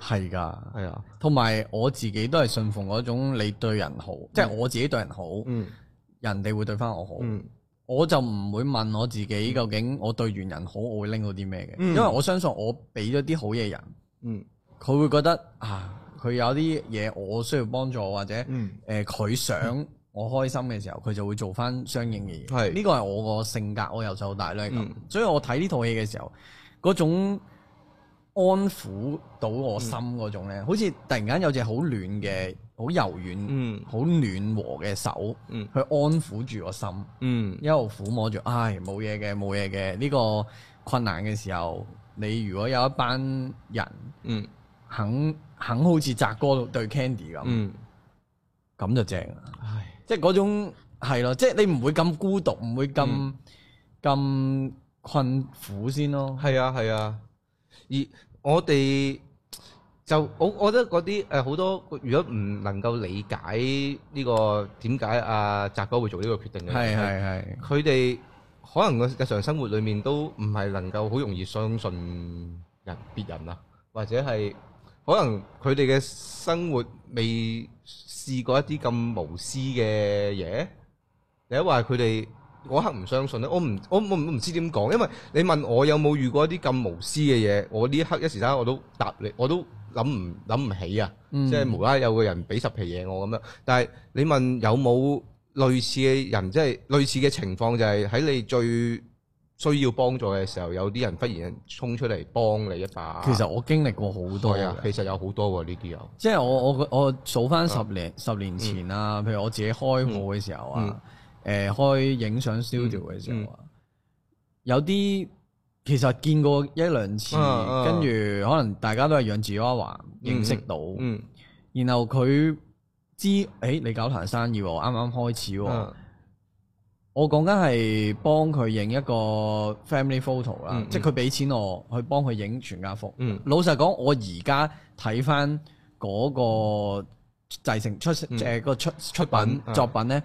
Speaker 2: 係噶。
Speaker 1: 係啊，
Speaker 2: 同埋我自己都係信奉嗰種你對人好，即係我自己對人好，
Speaker 1: 嗯
Speaker 2: 人哋會對翻我好。
Speaker 1: 嗯
Speaker 2: 我就唔會問我自己究竟我對完人好，我會拎到啲咩嘅，
Speaker 1: 嗯
Speaker 2: 因為我相信我俾咗啲好嘢人，
Speaker 1: 嗯
Speaker 2: 佢會覺得啊，佢有啲嘢我需要幫助或者誒
Speaker 1: 嗯，
Speaker 2: 佢、想我開心嘅時候，佢就會做翻相應嘅嘢。
Speaker 1: 係
Speaker 2: 呢個係我個性格，我由細到大都係咁，
Speaker 1: 嗯
Speaker 2: 所以我睇呢套戲嘅時候，嗰種安撫到我心
Speaker 1: 嗯
Speaker 2: 嗰種咧，好似突然間有隻好暖嘅、好柔軟、
Speaker 1: 嗯
Speaker 2: 好、暖和嘅手
Speaker 1: 嗯
Speaker 2: 去安撫住我心。
Speaker 1: 嗯
Speaker 2: 一路撫摸住，唉，冇嘢嘅，冇嘢嘅。呢、個困難嘅時候，你如果有一班人
Speaker 1: 嗯
Speaker 2: 肯肯好似澤哥對 Candy 咁，咁、
Speaker 1: 嗯，
Speaker 2: 就正啦。
Speaker 1: 唉。
Speaker 2: 即係嗰種係咯，即係你唔會咁孤獨，唔會咁
Speaker 1: 嗯
Speaker 2: 咁、困苦先咯。
Speaker 1: 係啊係啊，而我哋就我我覺得嗰啲誒好多，如果唔能夠理解呢、個點解阿澤哥會做呢個決定嘅，
Speaker 2: 係係係，
Speaker 1: 佢哋可能個日常生活裏面都唔係能夠好容易相信人別人啊，或者係可能佢哋嘅生活未試過一啲咁無私嘅嘢，你一話佢哋嗰刻唔相信咧，我唔我我唔知點講，因為你問我有冇遇過一啲咁無私嘅嘢，我呢一刻一時間我都答你，我都諗唔諗唔起啊！
Speaker 2: 嗯
Speaker 1: 即係無啦啦有個人俾十皮嘢我咁樣。但係你問有冇類似嘅人，即係類似嘅情況，就係喺你最需要幫助嘅時候，有啲人忽然衝出嚟幫你一把。
Speaker 2: 其實我經歷過好多
Speaker 1: 係啊，
Speaker 2: 嘅
Speaker 1: 其實有好多喎呢啲有。
Speaker 2: 即係我我我數翻十年十年
Speaker 1: 嗯
Speaker 2: 前啊，譬如我自己開我嘅時候啊，誒開影相 studio 嘅時
Speaker 1: 嗯
Speaker 2: 候啊，有啲其實見過一兩次，
Speaker 1: 啊啊
Speaker 2: 跟住可能大家都係養住阿華
Speaker 1: 嗯
Speaker 2: 認識到，
Speaker 1: 嗯，
Speaker 2: 然後佢知誒你搞壇生意喎，啱啱開始喎，
Speaker 1: 啊
Speaker 2: 我講緊係幫佢影一個 family photo 啦
Speaker 1: 嗯，
Speaker 2: 即係佢俾錢我去幫佢影全家福。
Speaker 1: 嗯
Speaker 2: 老實講，我而家睇翻嗰個製成出
Speaker 1: 嗯
Speaker 2: 誒個出出
Speaker 1: 品
Speaker 2: 品
Speaker 1: 嗯
Speaker 2: 作品咧，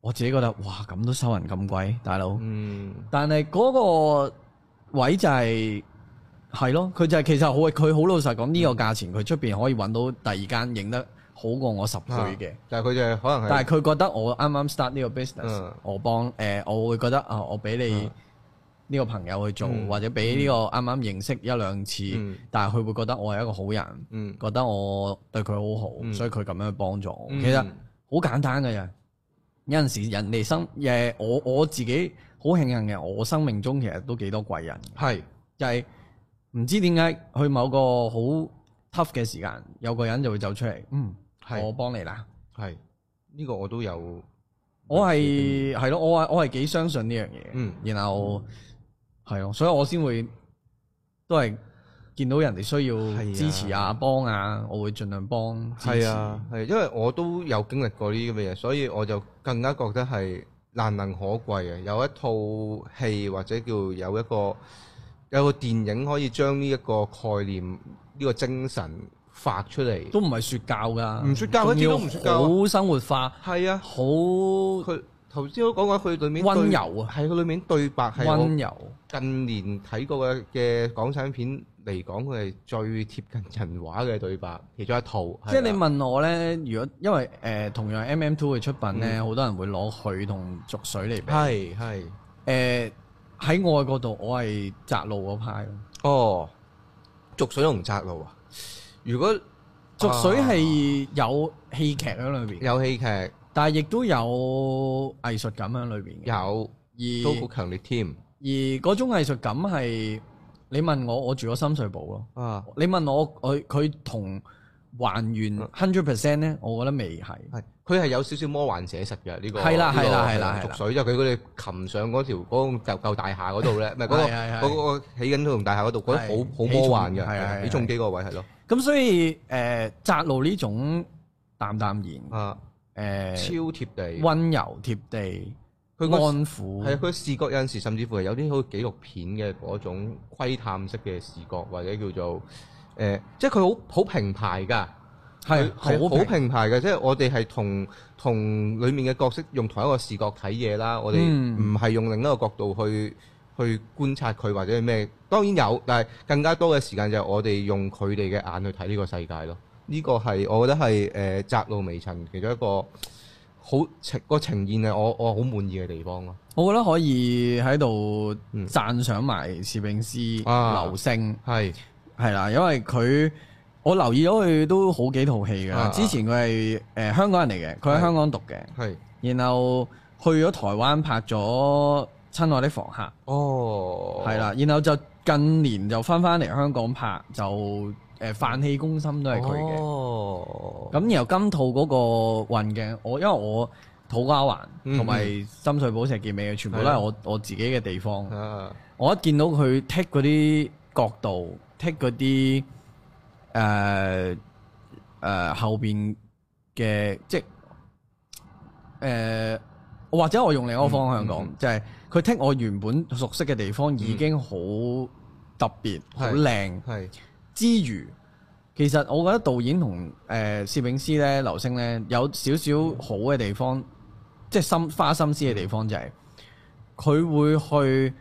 Speaker 2: 我自己覺得哇咁都收人咁貴，大佬。
Speaker 1: 嗯
Speaker 2: 但係嗰個位就係係咯，佢就係其實好佢好老實講呢個價錢，佢出邊可以揾到第二間影得好過我十倍嘅。
Speaker 1: 啊但係佢就係可能係
Speaker 2: 但係佢覺得我啱啱 start 呢個 business，、
Speaker 1: 嗯
Speaker 2: 我幫誒、呃我會覺得啊，我俾你
Speaker 1: 嗯
Speaker 2: 呢個朋友去做，
Speaker 1: 嗯
Speaker 2: 或者俾呢個啱啱認識一兩次，
Speaker 1: 嗯
Speaker 2: 但係佢會覺得我係一個好人，
Speaker 1: 嗯
Speaker 2: 覺得我對佢好好，
Speaker 1: 嗯
Speaker 2: 所以佢咁樣去幫助我。
Speaker 1: 嗯
Speaker 2: 其實好簡單嘅啫。有陣時人哋生誒，我我自己好慶幸嘅，我生命中其實都幾多貴人嘅，
Speaker 1: 係
Speaker 2: 就係、唔知點解去某個好 tough 嘅時間，有個人就會走出嚟，嗯，
Speaker 1: 係
Speaker 2: 我幫你啦。
Speaker 1: 係呢個我都有。
Speaker 2: 我係係咯，我係我係幾相信呢樣嘢，
Speaker 1: 嗯
Speaker 2: 然後係咯，所以我先會都係見到人哋需要
Speaker 1: 係啊
Speaker 2: 支持啊、幫啊，我會盡量幫支持。
Speaker 1: 係啊，係因為我都有經歷過呢啲咁嘅嘢，所以我就更加覺得係難能可貴嘅。有一套戲或者叫有一個有個電影可以將呢一個概念、呢、個精神發出嚟。
Speaker 2: 都唔係説教㗎，
Speaker 1: 唔說教
Speaker 2: 仲
Speaker 1: 一啲
Speaker 2: 要
Speaker 1: 都唔說教
Speaker 2: 好生活化，
Speaker 1: 係啊，
Speaker 2: 好
Speaker 1: 佢頭先都講過，佢裏面對
Speaker 2: 溫柔啊
Speaker 1: 係佢裏面對白係我
Speaker 2: 温柔，
Speaker 1: 近年睇過嘅嘅港產片嚟講，佢係最貼近人話嘅對白，其中一套。
Speaker 2: 即係
Speaker 1: 係
Speaker 2: 你
Speaker 1: 啊
Speaker 2: 問我咧，如果因為誒、呃同樣 M M Two 嘅出品咧，好、多人會攞佢同逐水嚟
Speaker 1: 嗯
Speaker 2: 比。
Speaker 1: 係係
Speaker 2: 誒喺外國度，我係窄路嗰派咯。
Speaker 1: 哦，逐水同窄路啊！如果
Speaker 2: 逐水
Speaker 1: 啊
Speaker 2: 係有戲劇喺裏邊，
Speaker 1: 有戲劇
Speaker 2: 但係亦都有藝術感喺裏邊嘅。
Speaker 1: 有都好
Speaker 2: 而
Speaker 1: 強烈添
Speaker 2: 而嗰種藝術感係你問我，我住咗深水埗咯。
Speaker 1: 啊！
Speaker 2: 你問我，佢佢同還原
Speaker 1: 嗯
Speaker 2: hundred percent 咧，我覺得未係。
Speaker 1: 係佢係有少少魔幻寫實嘅呢個
Speaker 2: 係啦
Speaker 1: 呢個
Speaker 2: 係啦係啦係啦
Speaker 1: 逐水就佢佢哋擒上嗰條嗰個舊舊大廈嗰度咧，唔係嗰個
Speaker 2: 係係係
Speaker 1: 嗰個起緊嗰棟大廈嗰度，覺得
Speaker 2: 係
Speaker 1: 好好
Speaker 2: 起重
Speaker 1: 魔幻嘅，
Speaker 2: 係係係
Speaker 1: 係起重機嗰個位係咯
Speaker 2: 咁所以誒，窄路呢種淡淡然，誒、
Speaker 1: 啊啊，超貼地，
Speaker 2: 温柔貼地，
Speaker 1: 佢個
Speaker 2: 安撫，
Speaker 1: 係佢視覺有陣時甚至乎係有啲好似紀錄片嘅嗰種窺探式嘅視覺，或者叫做誒、呃即係佢好好平排㗎，
Speaker 2: 係
Speaker 1: 係
Speaker 2: 好
Speaker 1: 好
Speaker 2: 平，
Speaker 1: 平排嘅，即係我哋係同同裡面嘅角色用同一個視角睇嘢啦，我哋
Speaker 2: 嗯
Speaker 1: 唔係用另一個角度去去觀察佢或者係咩，當然有，但係更加多嘅時間就係我哋用佢哋嘅眼去睇呢個世界咯。呢個係我覺得係誒窄路微塵其中一個好呈個呈現係我我好滿意嘅地方咯。
Speaker 2: 我覺得可以喺度
Speaker 1: 嗯
Speaker 2: 讚賞埋攝影師
Speaker 1: 啊
Speaker 2: 劉星。
Speaker 1: 係。
Speaker 2: 係啦，因為佢我留意咗佢都好幾套戲㗎啦。
Speaker 1: 啊
Speaker 2: 之前佢係誒香港人嚟嘅，佢喺
Speaker 1: 係
Speaker 2: 香港讀嘅，
Speaker 1: 係
Speaker 2: 然後去咗台灣拍咗《親愛的房客》，
Speaker 1: 哦，
Speaker 2: 係啦，然後就近年就翻翻嚟香港拍，就誒《飯氣攻心》都係佢嘅。
Speaker 1: 哦，
Speaker 2: 咁然後今套嗰個運鏡，我因為我土瓜灣
Speaker 1: 嗯
Speaker 2: 同埋深水埗石硤尾嘅全部都係我我自己嘅地方。
Speaker 1: 啊，
Speaker 2: 我一見到佢剔嗰啲角度，剔嗰啲誒誒後邊嘅，即係誒、呃或者我用另一個方向講，
Speaker 1: 嗯嗯
Speaker 2: 就係佢剔我原本熟悉嘅地方已經好特別、好
Speaker 1: 嗯係
Speaker 2: 靚
Speaker 1: 係
Speaker 2: 之餘，其實我覺得導演同誒、呃、攝影師咧、流星咧有少少好嘅地方，即係心花心思嘅地方就係、佢會去，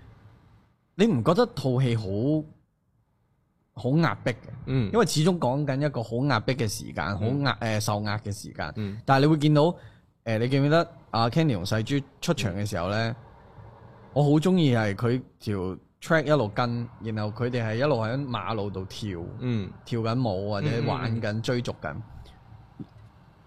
Speaker 2: 你唔覺得套戲好好壓迫嘅？
Speaker 1: 嗯，
Speaker 2: 因為始終講緊一個好壓迫嘅時間，好
Speaker 1: 嗯
Speaker 2: 壓誒、呃受壓嘅時間。
Speaker 1: 嗯
Speaker 2: 但係你會見到誒、呃你記唔記得阿 Candy 同細豬出場嘅時候咧，我好中意係佢條 track 一路跟，然後佢哋係一路喺馬路度跳
Speaker 1: 嗯，
Speaker 2: 跳緊舞或者
Speaker 1: 嗯嗯嗯
Speaker 2: 玩緊追逐緊。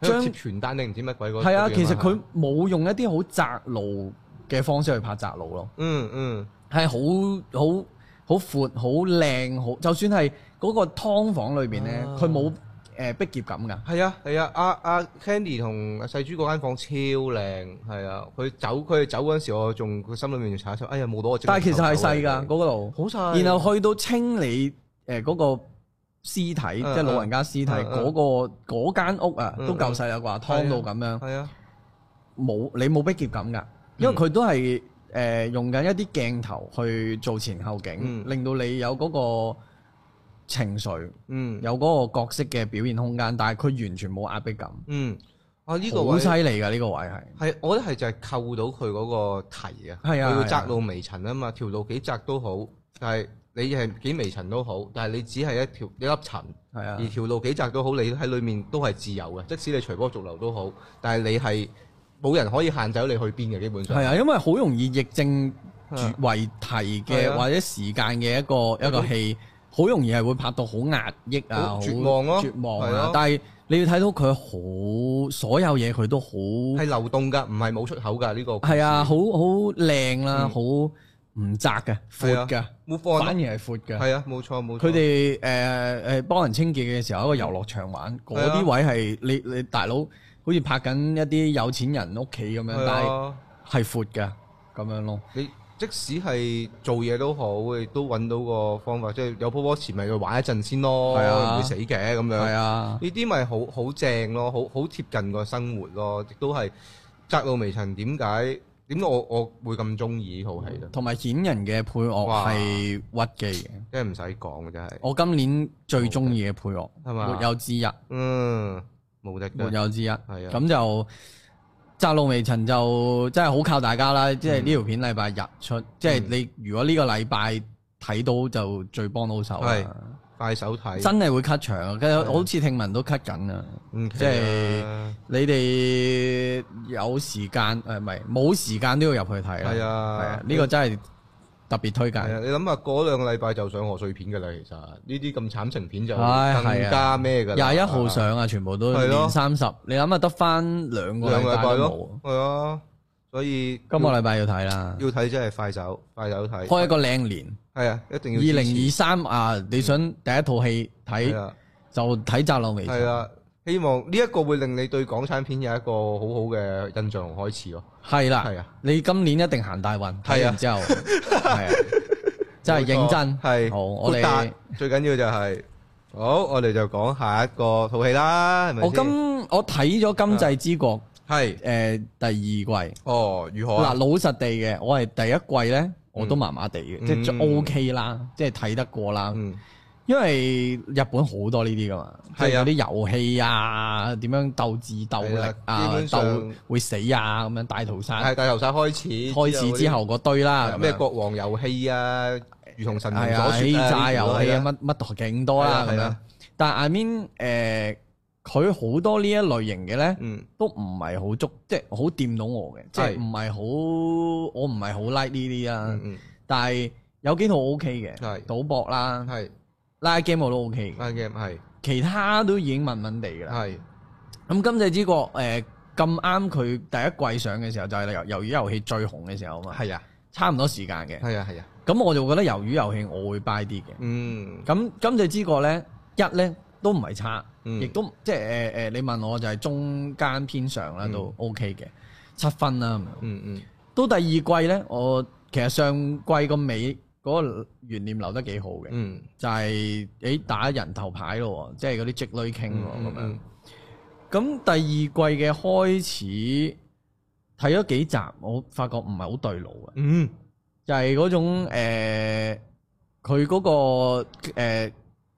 Speaker 1: 將
Speaker 2: 將
Speaker 1: 接傳單定唔知乜鬼嗰
Speaker 2: 係啊，
Speaker 1: 嗰啲
Speaker 2: 其實
Speaker 1: 嘛
Speaker 2: 佢冇用一啲好窄路嘅方式去拍窄路咯，
Speaker 1: 嗯嗯
Speaker 2: 係好好好闊、好靚、好就算係嗰個劏房裏邊咧，
Speaker 1: 啊
Speaker 2: 佢冇誒逼夾感㗎。
Speaker 1: 係啊係啊，阿阿 Candy 同阿細豬嗰間房超靚，係啊，佢走佢走嗰陣時，我仲佢心裏面仲查一查，哎呀冇攞我，
Speaker 2: 但係其實係細㗎嗰，個路，
Speaker 1: 好細，
Speaker 2: 然後去到清理誒嗰個屍體，即
Speaker 1: 嗯
Speaker 2: 係老人家屍體
Speaker 1: 嗯嗯
Speaker 2: 嗰個嗰間屋啊，
Speaker 1: 嗯
Speaker 2: 都夠細啦啩，劏到咁樣
Speaker 1: 係啊，
Speaker 2: 冇你冇逼夾感㗎，因為
Speaker 1: 嗯
Speaker 2: 佢都係誒用緊一啲鏡頭去做前後景，
Speaker 1: 嗯
Speaker 2: 令到你有嗰個情緒，
Speaker 1: 嗯
Speaker 2: 有嗰個角色嘅表現空間，但係佢完全冇壓迫感，
Speaker 1: 嗯，啊呢個
Speaker 2: 好
Speaker 1: 位
Speaker 2: 犀利㗎呢個位係。
Speaker 1: 係，我覺得係就係扣到佢嗰個題啊，
Speaker 2: 係啊
Speaker 1: 佢
Speaker 2: 係啊
Speaker 1: 會窄路微塵啊嘛，條路幾窄都好，但係你係幾微塵都好，但係你只係一條一粒塵，
Speaker 2: 係啊
Speaker 1: 而，條路幾窄都好，你喺裡面都係自由嘅，即使你隨波逐流都好，但係你係冇人可以限制到你去邊嘅，基本上
Speaker 2: 係啊，因為好容易疫症
Speaker 1: 啊
Speaker 2: 主為題
Speaker 1: 係
Speaker 2: 嘅
Speaker 1: 啊
Speaker 2: 或者時間嘅一個一個戲，好容易係會拍到好壓抑啊，
Speaker 1: 好
Speaker 2: 好
Speaker 1: 絕望咯
Speaker 2: 絕望
Speaker 1: 係
Speaker 2: 啊
Speaker 1: 啊！
Speaker 2: 但係你要睇到佢好所有嘢，佢都好
Speaker 1: 係流動㗎，唔係冇出口㗎呢個。
Speaker 2: 係啊，好好靚啦，
Speaker 1: 嗯
Speaker 2: 好唔窄嘅，
Speaker 1: 係
Speaker 2: 闊
Speaker 1: 啊
Speaker 2: 嘅，
Speaker 1: ，move
Speaker 2: 反
Speaker 1: on
Speaker 2: 而係闊嘅。
Speaker 1: 係啊，冇錯冇錯。
Speaker 2: 佢哋誒誒幫人清潔嘅時候，喺個遊樂場玩嗰
Speaker 1: 係啊
Speaker 2: 啲位係你你大佬好似拍緊一啲有錢人屋企咁樣，
Speaker 1: 係
Speaker 2: 但係
Speaker 1: 啊，
Speaker 2: 係闊嘅咁樣咯。
Speaker 1: 你即使係做嘢都好，你都揾到個方法，即係有波波池咪去玩一陣先咯，
Speaker 2: 係啊
Speaker 1: 唔會死嘅咁樣。
Speaker 2: 係啊，
Speaker 1: 呢啲咪好好正咯，好好貼近個生活咯，亦都係窄路微塵。點解點解我我會咁中意呢套戲咧？
Speaker 2: 同埋顯人嘅配樂
Speaker 1: 啊哇
Speaker 2: 係屈機嘅。
Speaker 1: 真係唔使講嘅，真係。
Speaker 2: 我今年最中意嘅配樂，
Speaker 1: 係嘛
Speaker 2: 沒有之一，
Speaker 1: 嗯，無敵
Speaker 2: 沒
Speaker 1: 嘅。
Speaker 2: 有之一。
Speaker 1: 係啊
Speaker 2: 咁就窄路微塵就真係好靠大家啦。
Speaker 1: 嗯
Speaker 2: 即係呢條片禮拜日出，即係你如果呢個禮拜睇到就最幫到手
Speaker 1: 係
Speaker 2: 啦。
Speaker 1: 快手睇，
Speaker 2: 真係會 cut 長啊！跟
Speaker 1: 係
Speaker 2: 住
Speaker 1: 啊
Speaker 2: 好似聽聞都 cut 緊啊！
Speaker 1: 唔奇
Speaker 2: 即係
Speaker 1: 啊
Speaker 2: 你哋有時間誒，唔係冇時間都要入去睇啦。
Speaker 1: 係
Speaker 2: 係
Speaker 1: 啊
Speaker 2: 啊，，呢個真係特別推介。
Speaker 1: 係啊！你諗下嗰兩個禮拜就上賀歲片㗎啦，其實呢啲咁慘情片就
Speaker 2: 唉係啊
Speaker 1: 更加咩㗎啦。
Speaker 2: 廿一號上啊，全部都
Speaker 1: 係咯
Speaker 2: 年三十，你諗下得翻兩個
Speaker 1: 兩個禮
Speaker 2: 禮拜
Speaker 1: 拜
Speaker 2: 都
Speaker 1: 咯
Speaker 2: 冇，，
Speaker 1: 係啊，所以
Speaker 2: 今個禮拜要睇啦，
Speaker 1: 要睇真係快手，快手睇。
Speaker 2: 開一個靚年。
Speaker 1: 係啊，一定
Speaker 2: 二
Speaker 1: 要支持。
Speaker 2: 零二三啊，你想第一套戲
Speaker 1: 係
Speaker 2: 睇
Speaker 1: 啊。
Speaker 2: 就睇《窄路微塵
Speaker 1: 係》，啊，希望呢一個會令你對港產片有一個好好嘅印象同開始咯。
Speaker 2: 係
Speaker 1: 係
Speaker 2: 啦
Speaker 1: 啊，
Speaker 2: 你今年一定行大運，睇
Speaker 1: 係啊
Speaker 2: 完之後，係啊，真係認真。
Speaker 1: 係
Speaker 2: 好，我
Speaker 1: 豁達
Speaker 2: 哋
Speaker 1: 最緊要就係、好，我哋就講下一個套戲啦，係咪
Speaker 2: 我
Speaker 1: 先？啊
Speaker 2: 今我睇咗《今際之國》
Speaker 1: 係
Speaker 2: 诶第二季。
Speaker 1: 哦，如何
Speaker 2: 嗱，
Speaker 1: 啊？
Speaker 2: 老實地嘅，我係第一季咧，我都麻麻地嘅，
Speaker 1: 嗯
Speaker 2: 即係 O K 啦，即係睇得過啦。
Speaker 1: 嗯，
Speaker 2: 因為日本好多呢啲噶嘛，即係
Speaker 1: 係
Speaker 2: 嗰
Speaker 1: 啊
Speaker 2: 啲遊戲啊，點樣鬥智鬥力
Speaker 1: 係
Speaker 2: 啊
Speaker 1: 啦基，本上
Speaker 2: 鬥會死啊，咁樣大屠殺
Speaker 1: 係大頭晒開始，
Speaker 2: 開始之後嗰堆
Speaker 1: 嗰
Speaker 2: 啦，
Speaker 1: 啲啊
Speaker 2: 咁樣
Speaker 1: 咩國王遊戲啊，如同神
Speaker 2: 係
Speaker 1: 明
Speaker 2: 啊，
Speaker 1: 所
Speaker 2: 欺
Speaker 1: 説
Speaker 2: 詐
Speaker 1: 啊
Speaker 2: 遊戲啊，
Speaker 1: 呢啲
Speaker 2: 乜乜都勁多
Speaker 1: 係
Speaker 2: 啦咁
Speaker 1: 啦係
Speaker 2: 樣
Speaker 1: 啦。
Speaker 2: 但係 I mean 誒，佢好多呢一類型嘅咧，
Speaker 1: 嗯
Speaker 2: 都唔係好足，即係好掂到我嘅，即係
Speaker 1: 係
Speaker 2: 唔係好我唔係好 like 呢
Speaker 1: 嗯
Speaker 2: 啲啦。
Speaker 1: 嗯，
Speaker 2: 但係有幾套 OK 嘅，
Speaker 1: 係
Speaker 2: 賭博啦、
Speaker 1: 係
Speaker 2: 拉 game 我都 OK 嘅，
Speaker 1: 拉 game 係
Speaker 2: 其他都已經問問地㗎啦。
Speaker 1: 係
Speaker 2: 咁今際之國誒咁啱佢第一季上嘅時候，就係由由於遊戲最紅嘅時候啊嘛，
Speaker 1: 係啊
Speaker 2: 差唔多時間嘅。
Speaker 1: 係啊係啊，
Speaker 2: 咁我就覺得由於遊戲我會 buy 啲嘅。
Speaker 1: 嗯
Speaker 2: 咁今際之國咧，一咧都唔係差，
Speaker 1: 嗯
Speaker 2: 亦都即係誒誒，你問我就係中間偏上啦，
Speaker 1: 嗯
Speaker 2: 都 OK 嘅，七分啦咁樣。
Speaker 1: 嗯嗯
Speaker 2: 到第二季咧，我其實上季個尾嗰個懸念留得幾好嘅，
Speaker 1: 嗯
Speaker 2: 就係、誒打人頭牌咯喎，即係嗰啲積累傾
Speaker 1: 嗯
Speaker 2: 咯咁
Speaker 1: 嗯
Speaker 2: 樣
Speaker 1: 嗯。
Speaker 2: 咁第二季嘅開始睇咗幾集，我發覺唔係好對路啊，
Speaker 1: 嗯
Speaker 2: 就係、嗰種誒佢嗰個誒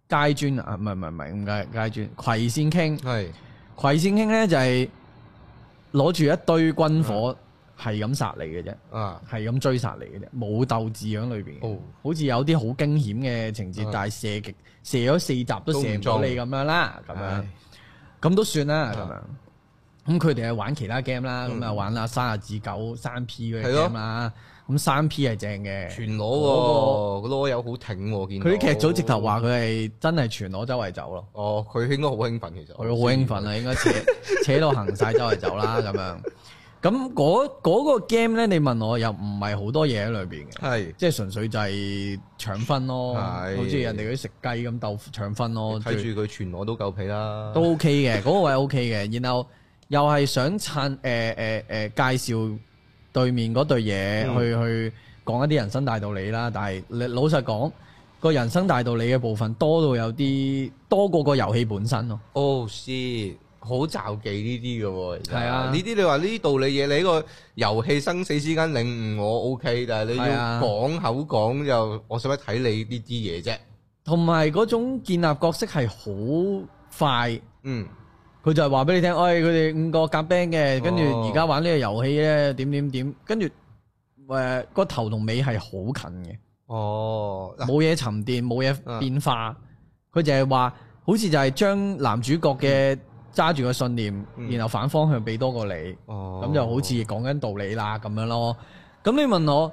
Speaker 2: 階磚啊，唔係唔係唔係咁解階磚，葵扇傾，
Speaker 1: 嗯係
Speaker 2: 葵扇傾咧就係攞住一堆軍火係咁殺你嘅啫。
Speaker 1: 啊
Speaker 2: 係咁追殺嚟嘅啫，冇鬥志喺裏邊嘅。
Speaker 1: 哦
Speaker 2: 好似有啲好驚險嘅情節
Speaker 1: 啊，
Speaker 2: 但係射極射咗四集都射唔到你咁樣啦，咁樣
Speaker 1: 唉
Speaker 2: 咁都算啦，咁樣
Speaker 1: 啊。
Speaker 2: 咁佢哋係玩其他 game 啦，
Speaker 1: 嗯
Speaker 2: 咁啊玩啊三啊至九三 P 嗰
Speaker 1: 係
Speaker 2: 啲
Speaker 1: 咯
Speaker 2: game 啦，咁三 P 係正嘅。
Speaker 1: 全裸喎，個啰柚好挺喎，見到
Speaker 2: 佢啲劇組直頭話佢係真係全裸周圍走咯，
Speaker 1: 哦，佢應該好興奮其實，
Speaker 2: 佢好興奮啊，應 該扯扯到行晒周圍走啦咁樣。咁嗰嗰個 game 咧，你問我又唔係好多嘢喺裏邊嘅。
Speaker 1: 係
Speaker 2: 即係純粹就係搶分咯，
Speaker 1: 係
Speaker 2: 好似人哋嗰啲食雞咁鬥搶分
Speaker 1: 睇
Speaker 2: 咯，哦最
Speaker 1: 住佢全裸都夠皮啦，
Speaker 2: 都 OK 嘅，嗰個位 OK 嘅。然後又係想撐誒誒誒介紹對面嗰對嘢、
Speaker 1: 嗯
Speaker 2: 去去講一啲人生大道理啦，但係你老實講，個人生大道理嘅部分多到有啲多過個遊戲本身咯。
Speaker 1: 哦 shit，好罩忌呢啲嘅喎，其實
Speaker 2: 係啊
Speaker 1: 呢啲你話呢啲道理嘢，你呢個遊戲生死之間領悟我 OK，但係你要
Speaker 2: 係啊
Speaker 1: 講口講就，我使乜睇你呢啲嘢啫？
Speaker 2: 同埋嗰種建立角色係好快。
Speaker 1: 嗯，
Speaker 2: 佢就係話俾你聽，哎，佢哋五個夾 band 嘅，跟住
Speaker 1: 哦
Speaker 2: 而家玩呢個遊戲咧，點點點，跟住誒個頭同尾係好近嘅，
Speaker 1: 哦，嗱
Speaker 2: 冇嘢沉澱，冇嘢
Speaker 1: 啊
Speaker 2: 變化。佢就係話，好似就係將男主角嘅揸住個信念，
Speaker 1: 嗯
Speaker 2: 然後反方向俾多過你，咁、
Speaker 1: 哦，
Speaker 2: 就好似講緊道理啦咁樣咯。咁你問我，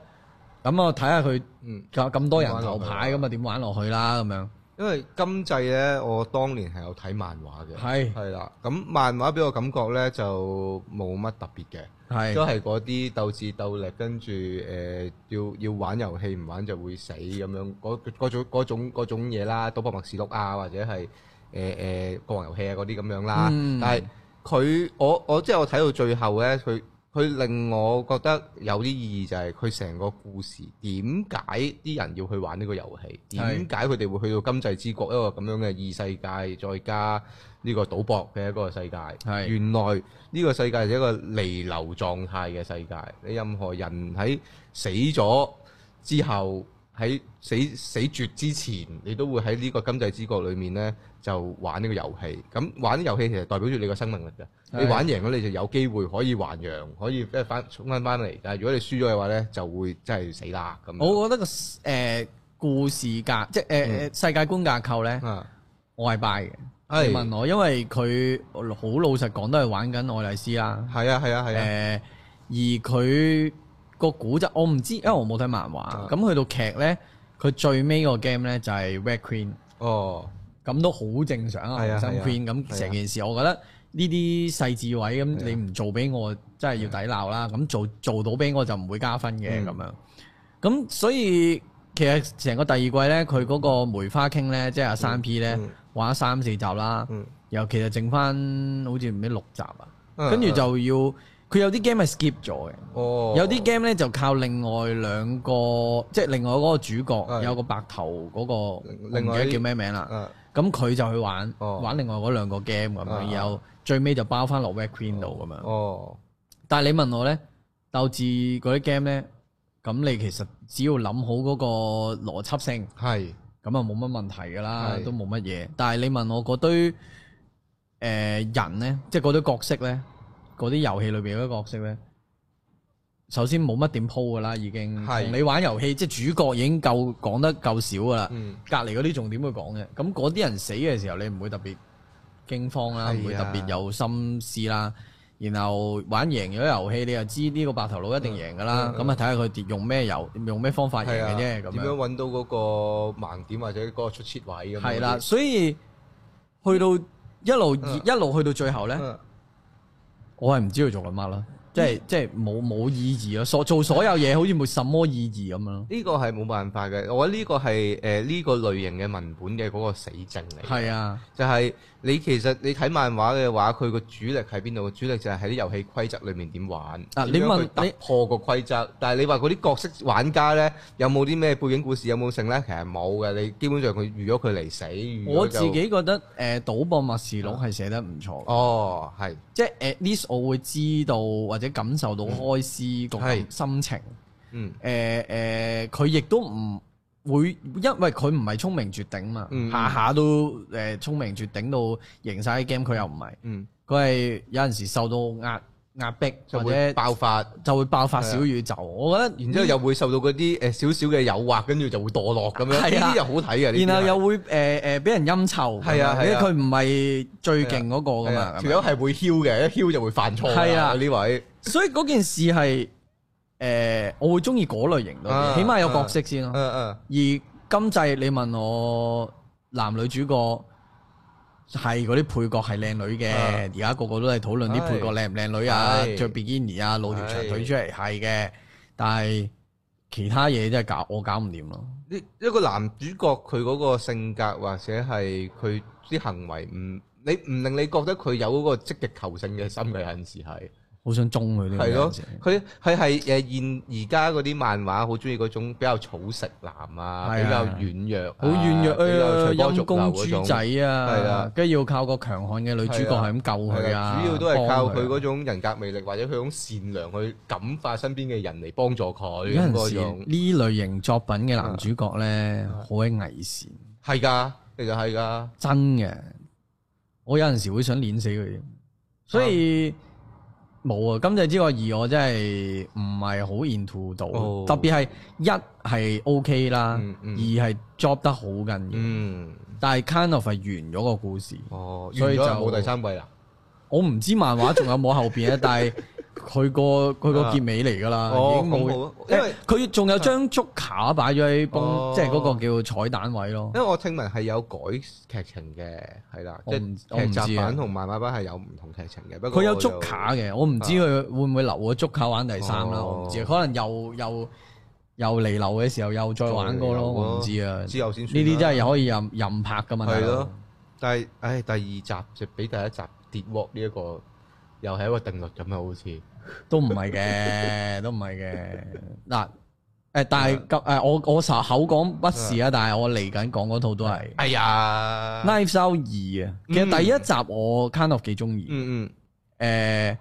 Speaker 2: 咁我睇下佢
Speaker 1: 嗯。
Speaker 2: 咁咁多人頭
Speaker 1: 點玩落
Speaker 2: 牌，
Speaker 1: 去啊
Speaker 2: 咁啊點玩落去啦咁樣。
Speaker 1: 因為今際咧，我當年係有睇漫畫嘅，
Speaker 2: 係
Speaker 1: 係啦。咁漫畫俾我感覺咧就冇乜特別嘅，都
Speaker 2: 係
Speaker 1: 係嗰啲鬥智鬥力，跟住誒、呃要要玩遊戲，唔玩就會死咁樣嗰嗰種嗰種嗰種嘢啦，賭博默示錄啊，或者係誒誒國王遊戲啊嗰啲咁樣啦。
Speaker 2: 嗯
Speaker 1: 但係佢我我即係我睇到最後咧，佢佢令我覺得有啲意義就係佢成個故事點解啲人要去玩呢個遊戲？點
Speaker 2: 係
Speaker 1: 解佢哋會去到今際之國一個咁樣嘅異世界，再加呢個賭博嘅一個世界？
Speaker 2: 係
Speaker 1: 原來呢個世界係一個離流狀態嘅世界，你任何人喺死咗之後。喺死死絕之前，你都會喺呢個今際之國裏面呢，就玩呢個遊戲。咁玩呢遊戲其實代表住你個生命力嘅。
Speaker 2: 係
Speaker 1: 你玩贏咗，你就有機會可以還陽，可以即係翻衝翻翻嚟。但係如果你輸咗嘅話呢，就會真係死啦咁樣。
Speaker 2: 我覺得個誒、故事架，即係誒誒世界觀架構咧。
Speaker 1: 啊，
Speaker 2: 我係 buy 嘅。
Speaker 1: 嗯係
Speaker 2: 你問我，因為佢好老實講都係玩緊愛麗絲啦。
Speaker 1: 係啊，係啊，
Speaker 2: 誒、
Speaker 1: 係啊，
Speaker 2: 而佢個古仔我唔知，因為我冇睇漫畫。
Speaker 1: 啊
Speaker 2: 咁去到劇咧，佢最尾個 game 咧就係 Red Queen，
Speaker 1: 哦，
Speaker 2: 咁都好正常啊，
Speaker 1: 係
Speaker 2: 紅
Speaker 1: 啊
Speaker 2: 心
Speaker 1: 係啊
Speaker 2: Queen。
Speaker 1: 係
Speaker 2: 咁
Speaker 1: 啊
Speaker 2: 成件事，我覺得呢啲細智位咁，
Speaker 1: 係啊啊
Speaker 2: 你唔做俾我，真係要抵鬧啦。咁做做到俾我就唔會加分嘅
Speaker 1: 嗯
Speaker 2: 咁樣。咁所以其實成個第二季咧，佢嗰個梅花傾咧，即係阿三 P 咧
Speaker 1: 嗯
Speaker 2: 玩咗三四集啦。
Speaker 1: 嗯，
Speaker 2: 尤其就剩翻好似唔知六集啊，
Speaker 1: 嗯
Speaker 2: 跟住就要佢有啲 game 係 skip 咗嘅。
Speaker 1: 哦，
Speaker 2: 有啲 game 咧就靠另外兩個，即係另外嗰個主角
Speaker 1: 係
Speaker 2: 有個白頭嗰、個，
Speaker 1: 另
Speaker 2: 我唔
Speaker 1: 外
Speaker 2: 記
Speaker 1: 啲
Speaker 2: 得叫咩名啦。
Speaker 1: 啊
Speaker 2: 咁佢就去玩、
Speaker 1: 哦
Speaker 2: 玩另外嗰兩個 game 咁
Speaker 1: 啊
Speaker 2: 樣，然後最尾就包翻落 Red Queen 度咁樣。
Speaker 1: 哦，
Speaker 2: 但係你問我咧，鬥智嗰啲 game 咧，咁你其實只要諗好嗰個邏輯性，
Speaker 1: 係
Speaker 2: 咁啊冇乜問題噶啦，
Speaker 1: 係
Speaker 2: 都冇乜嘢。但係你問我嗰堆誒、呃人咧，即係嗰堆角色咧，嗰啲遊戲裏邊嗰啲角色咧，首先冇乜點鋪噶啦，已經
Speaker 1: 係
Speaker 2: 同你玩遊戲，即係主角已經夠講得夠少噶啦。
Speaker 1: 嗯
Speaker 2: 隔離嗰啲重點會講嘅，咁嗰啲人死嘅時候，你唔會特別驚慌
Speaker 1: 係
Speaker 2: 啦，
Speaker 1: 啊
Speaker 2: 唔會特別有心思啦。然後玩贏咗遊戲，你又知呢個白頭佬一定贏噶啦
Speaker 1: 嗯。嗯
Speaker 2: 咁啊睇下佢哋用咩遊用咩方法贏
Speaker 1: 係啊，
Speaker 2: 嘅啫
Speaker 1: 點
Speaker 2: 咁
Speaker 1: 樣
Speaker 2: 樣。
Speaker 1: 揾到嗰個盲點或者嗰個出切位咁樣？
Speaker 2: 係啦，所以去到一路
Speaker 1: 嗯
Speaker 2: 一路去到最後咧，
Speaker 1: 嗯，
Speaker 2: 我係唔知佢做緊乜啦，即係即係冇冇意義咯，所做所有嘢好似冇什麼意義咁樣咯。
Speaker 1: 呢個係冇辦法嘅，我覺得呢個係誒呢個類型嘅文本嘅嗰個死症嚟。
Speaker 2: 係啊，
Speaker 1: 就係你其實你睇漫畫嘅話，佢個主力喺邊度？個主力就係喺啲遊戲規則裏面點玩。
Speaker 2: 啊你
Speaker 1: 點樣
Speaker 2: 問
Speaker 1: 去突破個規則，但係你話嗰啲角色玩家咧，有冇啲咩背景故事，有冇剩咧？其實冇嘅，你基本上佢預咗佢嚟死。預咗就
Speaker 2: 我自己覺得誒、呃、賭博默示錄係寫得唔錯嘅
Speaker 1: 哦，係
Speaker 2: 即係 at least 我會知道或者感受到開司個感
Speaker 1: 嗯係
Speaker 2: 心情。
Speaker 1: 嗯
Speaker 2: 誒誒，佢亦都唔會，因為佢唔係聰明絕頂嘛，
Speaker 1: 嗯
Speaker 2: 下下都誒聰明絕頂到贏晒啲 game，佢又唔係，
Speaker 1: 嗯，
Speaker 2: 佢係有陣時受到壓壓迫
Speaker 1: 就
Speaker 2: 或
Speaker 1: 會
Speaker 2: 者
Speaker 1: 爆啊發，
Speaker 2: 就會爆發小宇宙。我覺得，
Speaker 1: 然之後又會受到嗰啲誒少少嘅誘惑，跟住就會墮落咁樣。呢
Speaker 2: 係啊
Speaker 1: 啲又好睇嘅。呢啲
Speaker 2: 然後
Speaker 1: 係
Speaker 2: 又會誒誒俾人陰臭，
Speaker 1: 係啊
Speaker 2: 因
Speaker 1: 係
Speaker 2: 為
Speaker 1: 啊
Speaker 2: 佢唔係最勁嗰個噶
Speaker 1: 係
Speaker 2: 嘛
Speaker 1: 啊，條友係會囂嘅，一囂就會犯錯㗎。
Speaker 2: 係啊
Speaker 1: 呢位
Speaker 2: 所以嗰件事係誒，我會中意嗰類型多
Speaker 1: 啊
Speaker 2: 啲，起碼有角色先咯
Speaker 1: 嗯。嗯
Speaker 2: 而今制你問我男女主角係嗰啲配角係靚女嘅，
Speaker 1: 啊
Speaker 2: 而家個個都係討論啲配角靚唔靚女啊，
Speaker 1: 係
Speaker 2: 着比基尼啊，露條長腿出嚟係嘅，但係其他嘢真係搞我搞唔掂咯。
Speaker 1: 呢一個男主角佢嗰個性格或者係佢啲行為唔，你唔令你覺得佢有嗰個積極求勝嘅心嘅有陣時係，
Speaker 2: 好想中佢啲咁嘅
Speaker 1: 係咯
Speaker 2: 人先，
Speaker 1: 佢佢係誒現而家嗰啲漫畫好中意嗰種比較草食男啊，
Speaker 2: 係
Speaker 1: 比較
Speaker 2: 啊
Speaker 1: 軟弱啊，呃
Speaker 2: 好軟弱
Speaker 1: 比
Speaker 2: 誒，
Speaker 1: 較隨波
Speaker 2: 陰
Speaker 1: 逐
Speaker 2: 公
Speaker 1: 流
Speaker 2: 豬
Speaker 1: 嗰
Speaker 2: 仔
Speaker 1: 種。係
Speaker 2: 啊
Speaker 1: 啊，
Speaker 2: 跟住要靠個強悍嘅女主角
Speaker 1: 係啊
Speaker 2: 係咁救
Speaker 1: 係
Speaker 2: 佢
Speaker 1: 啊
Speaker 2: 啊，
Speaker 1: 主要都係靠佢嗰
Speaker 2: 幫啊。
Speaker 1: 種人格魅力或者佢嗰種善良去感化身邊嘅人嚟幫助佢
Speaker 2: 有陣
Speaker 1: 嗰
Speaker 2: 時
Speaker 1: 種，啊
Speaker 2: 呢類型作品嘅男主角咧，好鬼偽善。
Speaker 1: 係㗎，其實係㗎，
Speaker 2: 真嘅，我有陣時會想碾死佢，所以冇啊。今隻之外二我真係唔係好 into 到，
Speaker 1: 哦
Speaker 2: 特別係一係 OK 啦，
Speaker 1: 嗯嗯
Speaker 2: 二係 job 得好緊要，
Speaker 1: 嗯，
Speaker 2: 但係 kind of 係完咗個故事。
Speaker 1: 哦，完
Speaker 2: 所以
Speaker 1: 咗啦
Speaker 2: 就
Speaker 1: 冇第三季啦。
Speaker 2: 我唔知漫畫仲有冇後邊 咧，但係佢個佢個結尾嚟㗎啦，
Speaker 1: 哦
Speaker 2: 已經
Speaker 1: 咁好
Speaker 2: 冇
Speaker 1: 啊。因為
Speaker 2: 誒佢仲有張竹卡擺咗喺幫，
Speaker 1: 哦
Speaker 2: 即係嗰個叫彩蛋位咯
Speaker 1: 因。為我聽聞係有改劇情嘅，係啦，
Speaker 2: 我
Speaker 1: 即
Speaker 2: 唔我唔
Speaker 1: 係劇集
Speaker 2: 知啊
Speaker 1: 版同漫畫版係有唔同劇情嘅。不過
Speaker 2: 佢有
Speaker 1: 我
Speaker 2: 捉
Speaker 1: 就啊
Speaker 2: 卡，嘅，我唔知佢會唔會留個捉卡玩第三啦，
Speaker 1: 哦
Speaker 2: 我唔知，可能又又又離流嘅時候又再玩
Speaker 1: 再嚟
Speaker 2: 過咯，
Speaker 1: 流咯
Speaker 2: 我唔知啊。呢
Speaker 1: 之後先算啦
Speaker 2: 啲真係可以任任拍噶嘛，
Speaker 1: 係
Speaker 2: 大佬
Speaker 1: 咯。但係，唉，第二集就比第一集跌鑊呢一個，又係一個定律咁啊，好似
Speaker 2: 都唔 係嘅，都唔係嘅。嗱，誒，但
Speaker 1: 啊
Speaker 2: 係咁誒，我我實口講不是啊，但係我嚟緊講嗰套都係《
Speaker 1: 哎呀，
Speaker 2: Knives Out 二》啊。其實第一集我 kind of 幾中意，
Speaker 1: 嗯嗯，
Speaker 2: 誒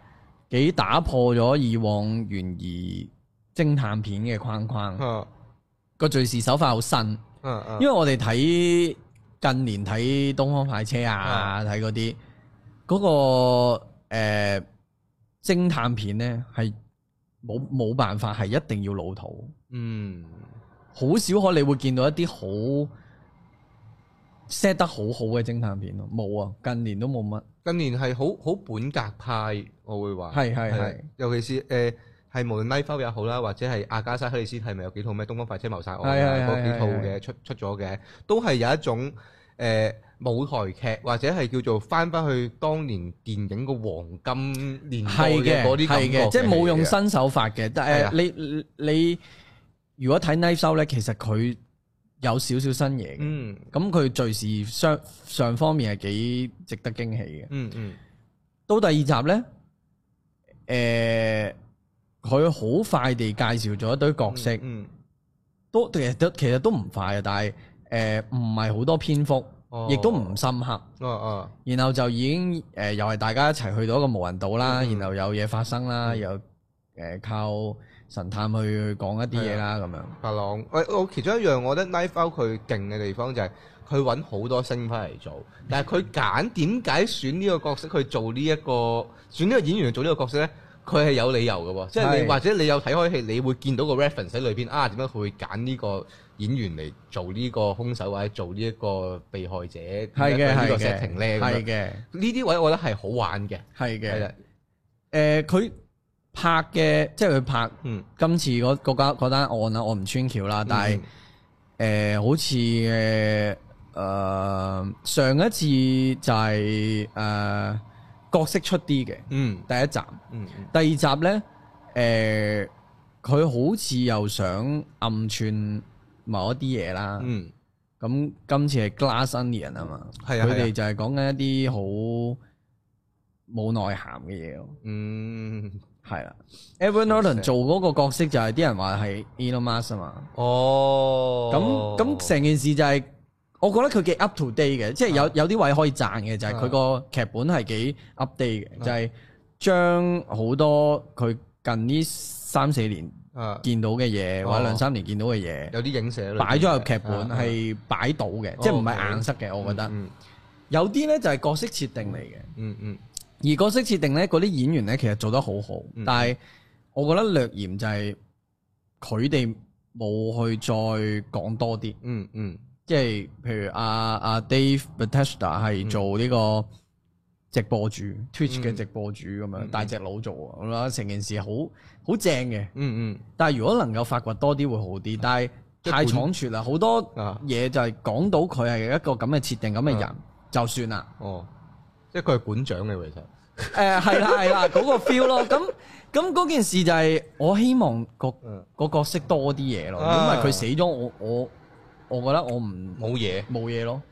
Speaker 2: 幾打破咗以往懸疑偵探片嘅框框。
Speaker 1: 啊
Speaker 2: 個敘事手法好新，
Speaker 1: 啊啊
Speaker 2: 嗯因為我哋睇近年睇《東方快車》啊，睇嗰啲嗰個誒偵探片咧，係冇冇辦法係一定要老土，
Speaker 1: 嗯
Speaker 2: 好少可你會見到一啲好 set 得好好嘅偵探片咯，冇啊，近年都冇乜，
Speaker 1: 近年係好好本格派，我會話
Speaker 2: 係係係
Speaker 1: 啊，尤其是誒。係無論《拉夫》也好啦，或者係阿加莎·克里斯係咪有幾套咩《東方快車謀殺案》啊
Speaker 2: 係係係
Speaker 1: 嗰幾套
Speaker 2: 係
Speaker 1: 嘅出出咗嘅，都係有一種誒、呃舞台劇或者係叫做翻翻去當年電影個黃金年代
Speaker 2: 係
Speaker 1: 嘅
Speaker 2: 嘅
Speaker 1: 嗰啲感
Speaker 2: 係
Speaker 1: 覺
Speaker 2: 嘅，即係冇用
Speaker 1: 戲嘅
Speaker 2: 新手法嘅，
Speaker 1: 係
Speaker 2: 但
Speaker 1: 啊
Speaker 2: 係你你你如果睇《Knives Out》咧，其實佢有少少新嘢嘅。
Speaker 1: 嗯
Speaker 2: 咁佢敘事上上方面係幾值得驚喜嘅。
Speaker 1: 嗯嗯
Speaker 2: 到第二集呢，誒、诶，呃佢好快地介紹咗一堆角色，
Speaker 1: 嗯，
Speaker 2: 都其實都其實都唔快嘅，但係诶唔係好多篇幅，
Speaker 1: 哦
Speaker 2: 亦都唔深刻。
Speaker 1: 哦哦，
Speaker 2: 然後就已經誒、呃又係大家一齊去到一個無人島啦，
Speaker 1: 嗯
Speaker 2: 然後有嘢發生啦，
Speaker 1: 嗯
Speaker 2: 又誒、呃靠神探去去講一啲嘢啦，咁樣
Speaker 1: 白朗，喂，我其中一樣我覺得 Knife Out 佢勁嘅地方就係佢揾好多星翻嚟做，但係佢揀點解選呢個角色去做呢、一個選呢個演員去做呢個角色咧？佢係有理由嘅喎，即係
Speaker 2: 係
Speaker 1: 你或者你有睇開戲，你會見到個 reference 喺裏邊啊，點解佢會揀呢個演員嚟做呢個兇手或者做呢一個被害者？係
Speaker 2: 係嘅，
Speaker 1: 嗯呢個
Speaker 2: 係
Speaker 1: setting
Speaker 2: 嘅，
Speaker 1: 咧，咁樣
Speaker 2: 係嘅，
Speaker 1: 呢啲位我覺得係好玩嘅，
Speaker 2: 係
Speaker 1: 係啦
Speaker 2: 嘅。，誒佢、拍嘅，即係佢拍
Speaker 1: 嗯，
Speaker 2: 今次嗰嗰單嗰單案啊啦，我唔穿橋啦，但係誒、呃好似誒誒上一次就係、呃角色出啲嘅
Speaker 1: 嗯
Speaker 2: 第一集。
Speaker 1: 嗯嗯
Speaker 2: 第二集呢，誒、佢好似又想暗串某一啲嘢啦。
Speaker 1: 嗯，
Speaker 2: 咁、今次係 Glass Onion 啊嘛，
Speaker 1: 係啊，
Speaker 2: 佢
Speaker 1: 係
Speaker 2: 哋
Speaker 1: 啊
Speaker 2: 就係講緊一啲好冇內涵嘅嘢咯。
Speaker 1: 嗯，
Speaker 2: 係啦 e v a n Norton 做嗰個角色就係啲人話係 Elon Musk 啊嘛。
Speaker 1: 哦，
Speaker 2: 咁咁成件事就係、我覺得佢幾 up to date 嘅，即係
Speaker 1: 啊
Speaker 2: 有有啲位可以讚嘅，就係佢個劇本係幾 update 嘅，
Speaker 1: 啊
Speaker 2: 就係將好多佢近呢三四年
Speaker 1: 啊，
Speaker 2: 見到嘅嘢，或者兩三年見到嘅嘢，
Speaker 1: 有啲影射
Speaker 2: 擺咗入劇本
Speaker 1: 啊
Speaker 2: 係擺到嘅，
Speaker 1: 哦
Speaker 2: 即係唔係硬塞嘅。我覺得
Speaker 1: 嗯
Speaker 2: 有啲呢就係角色設定嚟嘅，
Speaker 1: 嗯嗯
Speaker 2: 而角色設定呢，嗰啲演員呢其實做得好好，
Speaker 1: 嗯
Speaker 2: 但係我覺得略嫌就係佢哋冇去再講多啲。
Speaker 1: 嗯嗯
Speaker 2: 即係譬如阿阿 Dave Batista 係做
Speaker 1: 嗯
Speaker 2: 呢個直播主、Twitch 嘅直播主咁樣，
Speaker 1: 嗯
Speaker 2: 大隻佬做啊，我覺得成件事好好正嘅。
Speaker 1: 嗯
Speaker 2: 但係如果能夠發掘多啲會好啲，但係
Speaker 1: 即係
Speaker 2: 太
Speaker 1: 本
Speaker 2: 倉促啦，好多
Speaker 1: 嗯啊，
Speaker 2: 嘢就係講到佢係一個咁嘅設定、咁嘅人就算啦。
Speaker 1: 哦，即係佢係館長嘅其實，
Speaker 2: 誒係啦係啦，嗰個 feel 咯。咁咁嗰件事就係我希望個
Speaker 1: 嗯，
Speaker 2: 個角色多啲嘢咯，
Speaker 1: 啊
Speaker 2: 因為佢死咗，我我我覺得我唔
Speaker 1: 冇嘢，
Speaker 2: 冇嘢咯。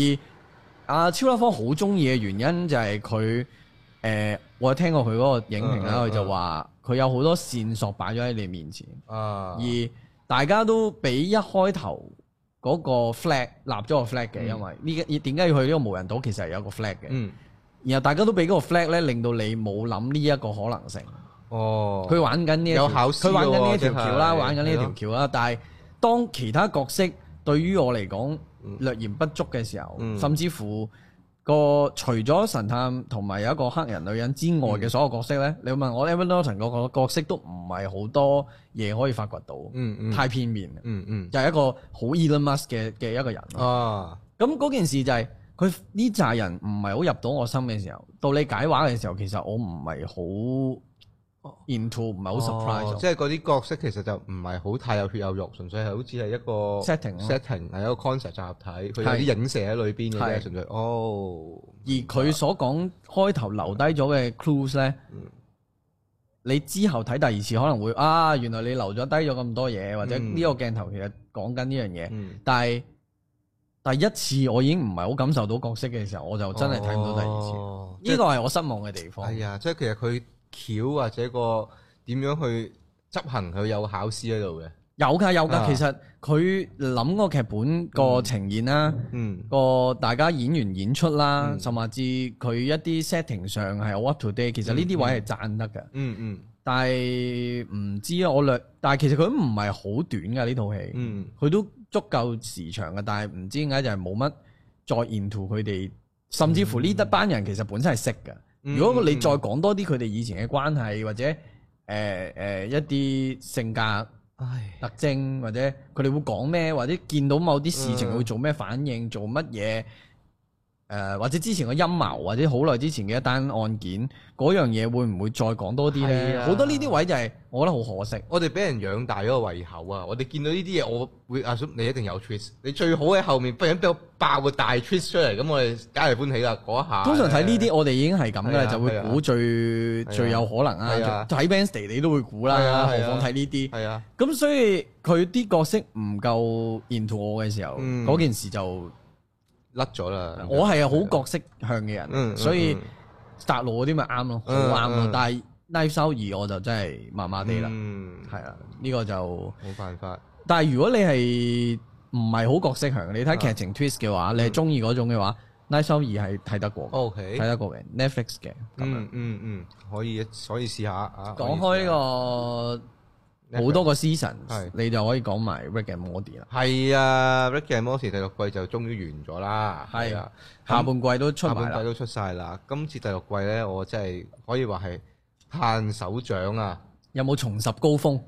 Speaker 2: 而阿超粒方好中意嘅原因就係佢誒，我有聽過佢嗰個影評啦，
Speaker 1: 嗯嗯
Speaker 2: 佢就話佢有好多線索擺咗喺你面前，
Speaker 1: 啊，
Speaker 2: 而大家都俾一開頭嗰個 flag 立咗個 flag 嘅，
Speaker 1: 嗯
Speaker 2: 因為呢個點解要去呢個無人島其實係有個 flag 嘅，
Speaker 1: 嗯，
Speaker 2: 然後大家都俾嗰個 flag 咧，令到你冇諗呢一個可能性。
Speaker 1: 哦，
Speaker 2: 佢玩緊呢一條
Speaker 1: 有考試
Speaker 2: 佢玩緊呢一條
Speaker 1: 嘅喎
Speaker 2: 橋啦，
Speaker 1: 真係
Speaker 2: 玩緊呢一條橋啦。但係當其他角色對於我嚟講
Speaker 1: 嗯
Speaker 2: 略嫌不足嘅時候，
Speaker 1: 嗯
Speaker 2: 甚至乎個除咗神探同埋有一個黑人女人之外
Speaker 1: 嗯
Speaker 2: 嘅所有角色呢，你問我 Evan Norton 嗰個角色都唔係好多嘢可以發掘到，
Speaker 1: 嗯嗯，
Speaker 2: 太片面啦，
Speaker 1: 嗯嗯
Speaker 2: 就係一個好 Elon Musk 嘅嘅一個人咯。
Speaker 1: 啊，
Speaker 2: 咁嗰件事就係、佢呢扎人唔係好入到我心嘅時候，到你解話嘅時候，其實我唔係好 into，唔係好 surprise
Speaker 1: 哦
Speaker 2: 咯。
Speaker 1: 即係嗰啲角色其實就唔係好太有血有肉，純粹係好似係一個
Speaker 2: setting 咯
Speaker 1: setting 係一個 concept 集合體，佢
Speaker 2: 係
Speaker 1: 有啲影射喺裏邊嘅
Speaker 2: 係
Speaker 1: 啫，純粹哦，
Speaker 2: 而佢所講開頭留低咗嘅 clues 咧，
Speaker 1: 嗯
Speaker 2: 你之後睇第二次可能會啊，原來你留咗低咗咁多嘢，或者
Speaker 1: 嗯
Speaker 2: 呢個鏡頭其實講緊呢樣嘢，
Speaker 1: 嗯，
Speaker 2: 但係第一次我已經唔係好感受到角色嘅時候，我就真係睇唔到第二次。
Speaker 1: 哦
Speaker 2: 呢個係我失望嘅地方。
Speaker 1: 係啊，即係其實佢橋或者個點樣去執行，佢有考試喺度嘅。
Speaker 2: 有㗎有㗎，
Speaker 1: 啊
Speaker 2: 其實佢諗個劇本個呈現啦。
Speaker 1: 嗯
Speaker 2: 個大家演員演出啦，
Speaker 1: 嗯
Speaker 2: 甚至佢一啲 setting 上係好 up to date，其實呢啲位係讚得嘅，
Speaker 1: 嗯嗯
Speaker 2: 但係唔知啊，我略，但係其實佢都唔係好短㗎呢套戲，佢、
Speaker 1: 嗯
Speaker 2: 都足夠時長嘅，但係唔知點解就係冇乜再 into 佢哋，甚至乎呢一班人其實本身係識嘅，
Speaker 1: 嗯
Speaker 2: 如果你再講多啲佢哋以前嘅關係或者誒誒、呃呃一啲性格。
Speaker 1: 唉，
Speaker 2: 特徵，或者佢哋會講咩，或者見到某啲事情
Speaker 1: 嗯
Speaker 2: 會做咩反應，做乜嘢？誒、呃或者之前嘅陰謀，或者好耐之前嘅一單案件，嗰樣嘢會唔會再講多啲
Speaker 1: 係
Speaker 2: 呢？
Speaker 1: 啊
Speaker 2: 好、多呢啲位就係、我覺得好可惜。
Speaker 1: 我哋俾人養大咗個胃口啊！我哋見到呢啲嘢，我會阿叔你一定有 twist，你最好喺後面不然俾我爆個大 twist 出嚟，咁我哋梗係歡喜啦嗰一下。
Speaker 2: 通常睇呢啲，我哋已經係咁噶啦，
Speaker 1: 啊係啊
Speaker 2: 就會估最
Speaker 1: 係啊
Speaker 2: 最有可能
Speaker 1: 係
Speaker 2: 啊
Speaker 1: 啊。
Speaker 2: 睇 b a n s t a y 你都會估
Speaker 1: 係
Speaker 2: 啦，
Speaker 1: 啊
Speaker 2: 何
Speaker 1: 係啊
Speaker 2: 況睇呢啲。
Speaker 1: 係啊，
Speaker 2: 咁所以佢啲角色唔夠 into 我嘅時候，
Speaker 1: 嗯
Speaker 2: 嗰、件事就
Speaker 1: 甩咗啦。
Speaker 2: 我係好角色向嘅人，
Speaker 1: 嗯嗯
Speaker 2: 所以
Speaker 1: 嗯
Speaker 2: 達路嗰啲咪啱咯，好
Speaker 1: 嗯
Speaker 2: 啱咯
Speaker 1: 嗯。
Speaker 2: 但係 live 收二我就真係麻麻地啦，
Speaker 1: 嗯，
Speaker 2: 係啊，呢個就。
Speaker 1: 冇辦法，
Speaker 2: 但係如果你係唔係好角色強，你
Speaker 1: 啊
Speaker 2: 睇劇情 twist 嘅
Speaker 1: 嗯
Speaker 2: 話，你係中意嗰種嘅話，《Night Show 二》係睇得過嘅，
Speaker 1: O K，
Speaker 2: 睇得過嘅 Netflix 嘅。咁樣
Speaker 1: 哦嗯嗯嗯，可以，可以試下啊。
Speaker 2: 講開
Speaker 1: 呢
Speaker 2: 呢個好多個 season，
Speaker 1: 係
Speaker 2: 你就可以講埋 Rick and Morty 啦。
Speaker 1: 係啊，Rick and Morty 第六季就終於完咗啦，
Speaker 2: 係
Speaker 1: 啊，
Speaker 2: 下半季都出
Speaker 1: 下
Speaker 2: 埋
Speaker 1: 半季
Speaker 2: 啦，
Speaker 1: 都出晒啦。今次第六季呢，我真係可以話係盼手掌啊！
Speaker 2: 有冇重拾高峰？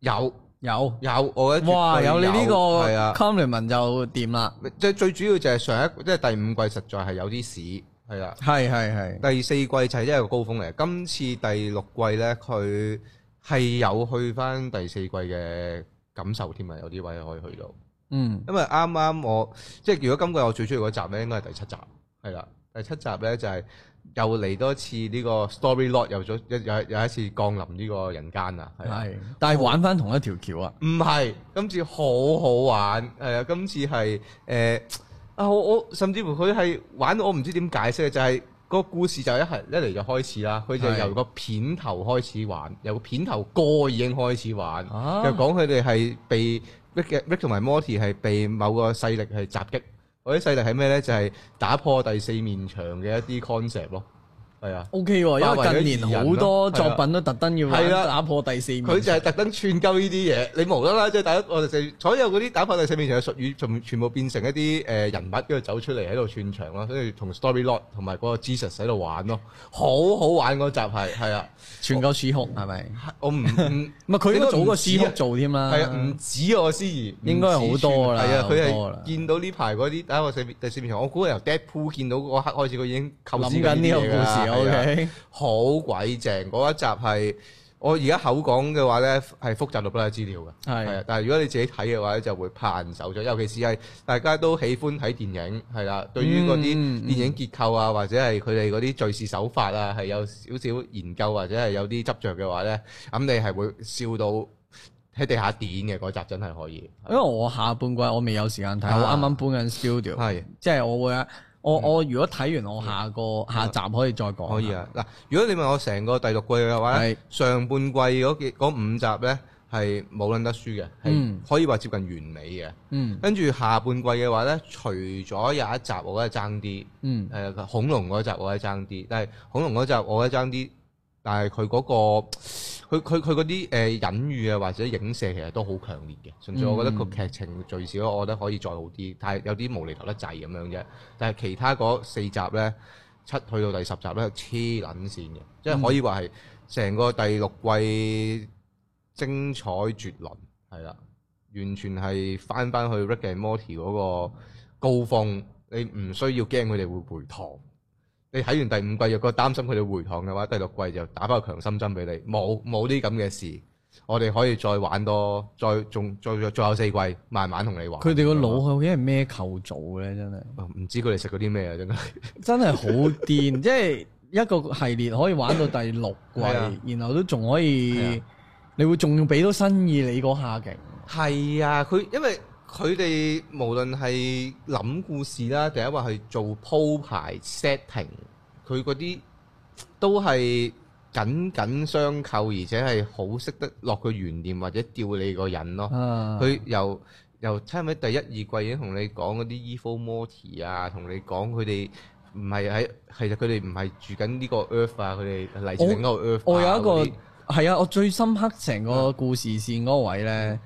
Speaker 1: 有
Speaker 2: 有，
Speaker 1: 有，我覺得絕
Speaker 2: 哇！
Speaker 1: 對
Speaker 2: 有你呢個
Speaker 1: 係啊，
Speaker 2: compliment 就掂啦，
Speaker 1: 即係最主要就係上一即係第五季實在係有啲屎，係啦。
Speaker 2: 係係係，
Speaker 1: 第四季就係一個高峰嚟，今次第六季呢，佢係有去翻第四季嘅感受添啊，有啲位可以去到。
Speaker 2: 嗯
Speaker 1: 因為啱啱我即係如果今季我最中意嗰集咧，應該係第七集，係啦，第七集咧就係、又嚟多次呢個 story lot，又咗又又又一次降臨呢個人間啊，係啦，
Speaker 2: 係，但係玩翻同一條橋啊，
Speaker 1: 唔係今次好好玩，係啊，今次係誒、呃啊，我我甚至乎佢係玩到我唔知點解釋嘅，就係、個故事就一係一嚟就開始啦，佢就
Speaker 2: 係
Speaker 1: 由個片頭開始玩，由個片頭歌已經開始玩，
Speaker 2: 啊
Speaker 1: 就講佢哋係被 Rick 嘅 Rick 同埋 Morty 係被某個勢力係襲擊，嗰啲勢力係咩咧？就係、打破第四面牆嘅一啲 concept 咯，係啊，
Speaker 2: OK
Speaker 1: 包圍咗
Speaker 2: 喎，因為近
Speaker 1: 異人
Speaker 2: 年
Speaker 1: 咯
Speaker 2: 好多
Speaker 1: 係
Speaker 2: 作
Speaker 1: 啊
Speaker 2: 品都特登要
Speaker 1: 係啦
Speaker 2: 打破第四面
Speaker 1: 佢就係特登串鳩呢啲嘢，你無啦啦即係打我哋四所有嗰啲打破第四面牆嘅術語，全全部變成一啲誒、呃人物跟住走出嚟喺度串場咯，跟住同 story lot 同埋嗰個 Jesus 喺度玩咯，好好玩嗰集係係啊，
Speaker 2: 全球屎哭係咪？
Speaker 1: 我 唔唔。
Speaker 2: 唔係佢應該早過屎
Speaker 1: 你都唔知
Speaker 2: 哭
Speaker 1: 啊
Speaker 2: 做添啦，
Speaker 1: 係啊，唔止我思怡，
Speaker 2: 應該係好多啦
Speaker 1: 係啊，
Speaker 2: 好多啦
Speaker 1: 佢係見到呢排嗰啲打我四面第四面牆，我估係由 Deadpool 見到嗰刻開始，佢已經構思
Speaker 2: 諗緊呢個
Speaker 1: 個
Speaker 2: 故事。O
Speaker 1: 啊
Speaker 2: K，
Speaker 1: 好鬼正嗰一集係我而家口講嘅話咧，係複雜到不得資料嘅。
Speaker 2: 係
Speaker 1: 係啊，但係如果你自己睇嘅話咧，就會盼手咗。尤其是係大家都喜歡睇電影，係啦。對於嗰啲
Speaker 2: 嗯嗯
Speaker 1: 電影結構啊，或者係佢哋嗰啲敘事手法啊，係有少少研究或者係有啲執着嘅話咧，咁你係會笑到喺地下點嘅嗰集，真係可以。
Speaker 2: 因為我下半季我未有時間睇，我
Speaker 1: 啊
Speaker 2: 啱啱搬緊 studio，
Speaker 1: 係
Speaker 2: 即係我會啊我我如果睇完我下個下集可以再講，
Speaker 1: 嗯可以，啊！嗱，如果你問我成個第六季嘅話咧
Speaker 2: 哦係，
Speaker 1: 上半季嗰幾嗰五集咧係冇撚得輸嘅，係
Speaker 2: 嗯
Speaker 1: 可以話接近完美嘅。
Speaker 2: 嗯
Speaker 1: 跟住下半季嘅話咧，除咗有一集我覺得爭啲，
Speaker 2: 嗯
Speaker 1: 誒呃恐龍嗰集我覺得爭啲，但係恐龍嗰集我覺得爭啲，但係佢嗰個佢佢佢嗰啲誒隱喻啊或者影射其實都好強烈嘅，純粹我覺得個
Speaker 2: 嗯
Speaker 1: 劇情最少我覺得可以再好啲，但係有啲無厘頭得滯咁樣啫。但係其他嗰四集咧，七去到第十集咧黐撚線嘅，即係
Speaker 2: 嗯
Speaker 1: 可以話係成個第六季精彩絕倫，係啦。完全係翻翻去 Rick and Morty 嗰個高峰，你唔需要驚佢哋會回堂。你睇完第五季，若果擔心佢哋回堂嘅話，第六季就打翻個強心針俾你，冇冇啲咁嘅事。我哋可以再玩多，再仲再再再有四季，慢慢同你玩。哦
Speaker 2: 佢哋個腦究竟係咩構造嘅咧？真係
Speaker 1: 唔知佢哋食咗啲咩啊！真係
Speaker 2: 真係好癲，即係一個系列可以玩到第六季，
Speaker 1: 係啊
Speaker 2: 然後都仲可
Speaker 1: 係啊
Speaker 2: 以，你會仲要俾到新意你嗰下勁，
Speaker 1: 係啊，佢因為佢哋無論係諗故事啦，定係話係做鋪排 setting，佢嗰啲都係緊緊相扣，而且係好識得落個懸念或者吊你個人咯。
Speaker 2: 啊
Speaker 1: 佢由由差唔多第一二季已經同你講嗰啲 E Evil Morty 啊，同你講佢哋唔係喺，其實佢哋唔係住緊呢個 Earth 啊，佢哋嚟自
Speaker 2: 我
Speaker 1: 另一個 Earth 啊。
Speaker 2: 我有一
Speaker 1: 嗰啲啊
Speaker 2: 個係啊，我最深刻成個故事線嗰位
Speaker 1: 嗯
Speaker 2: 咧，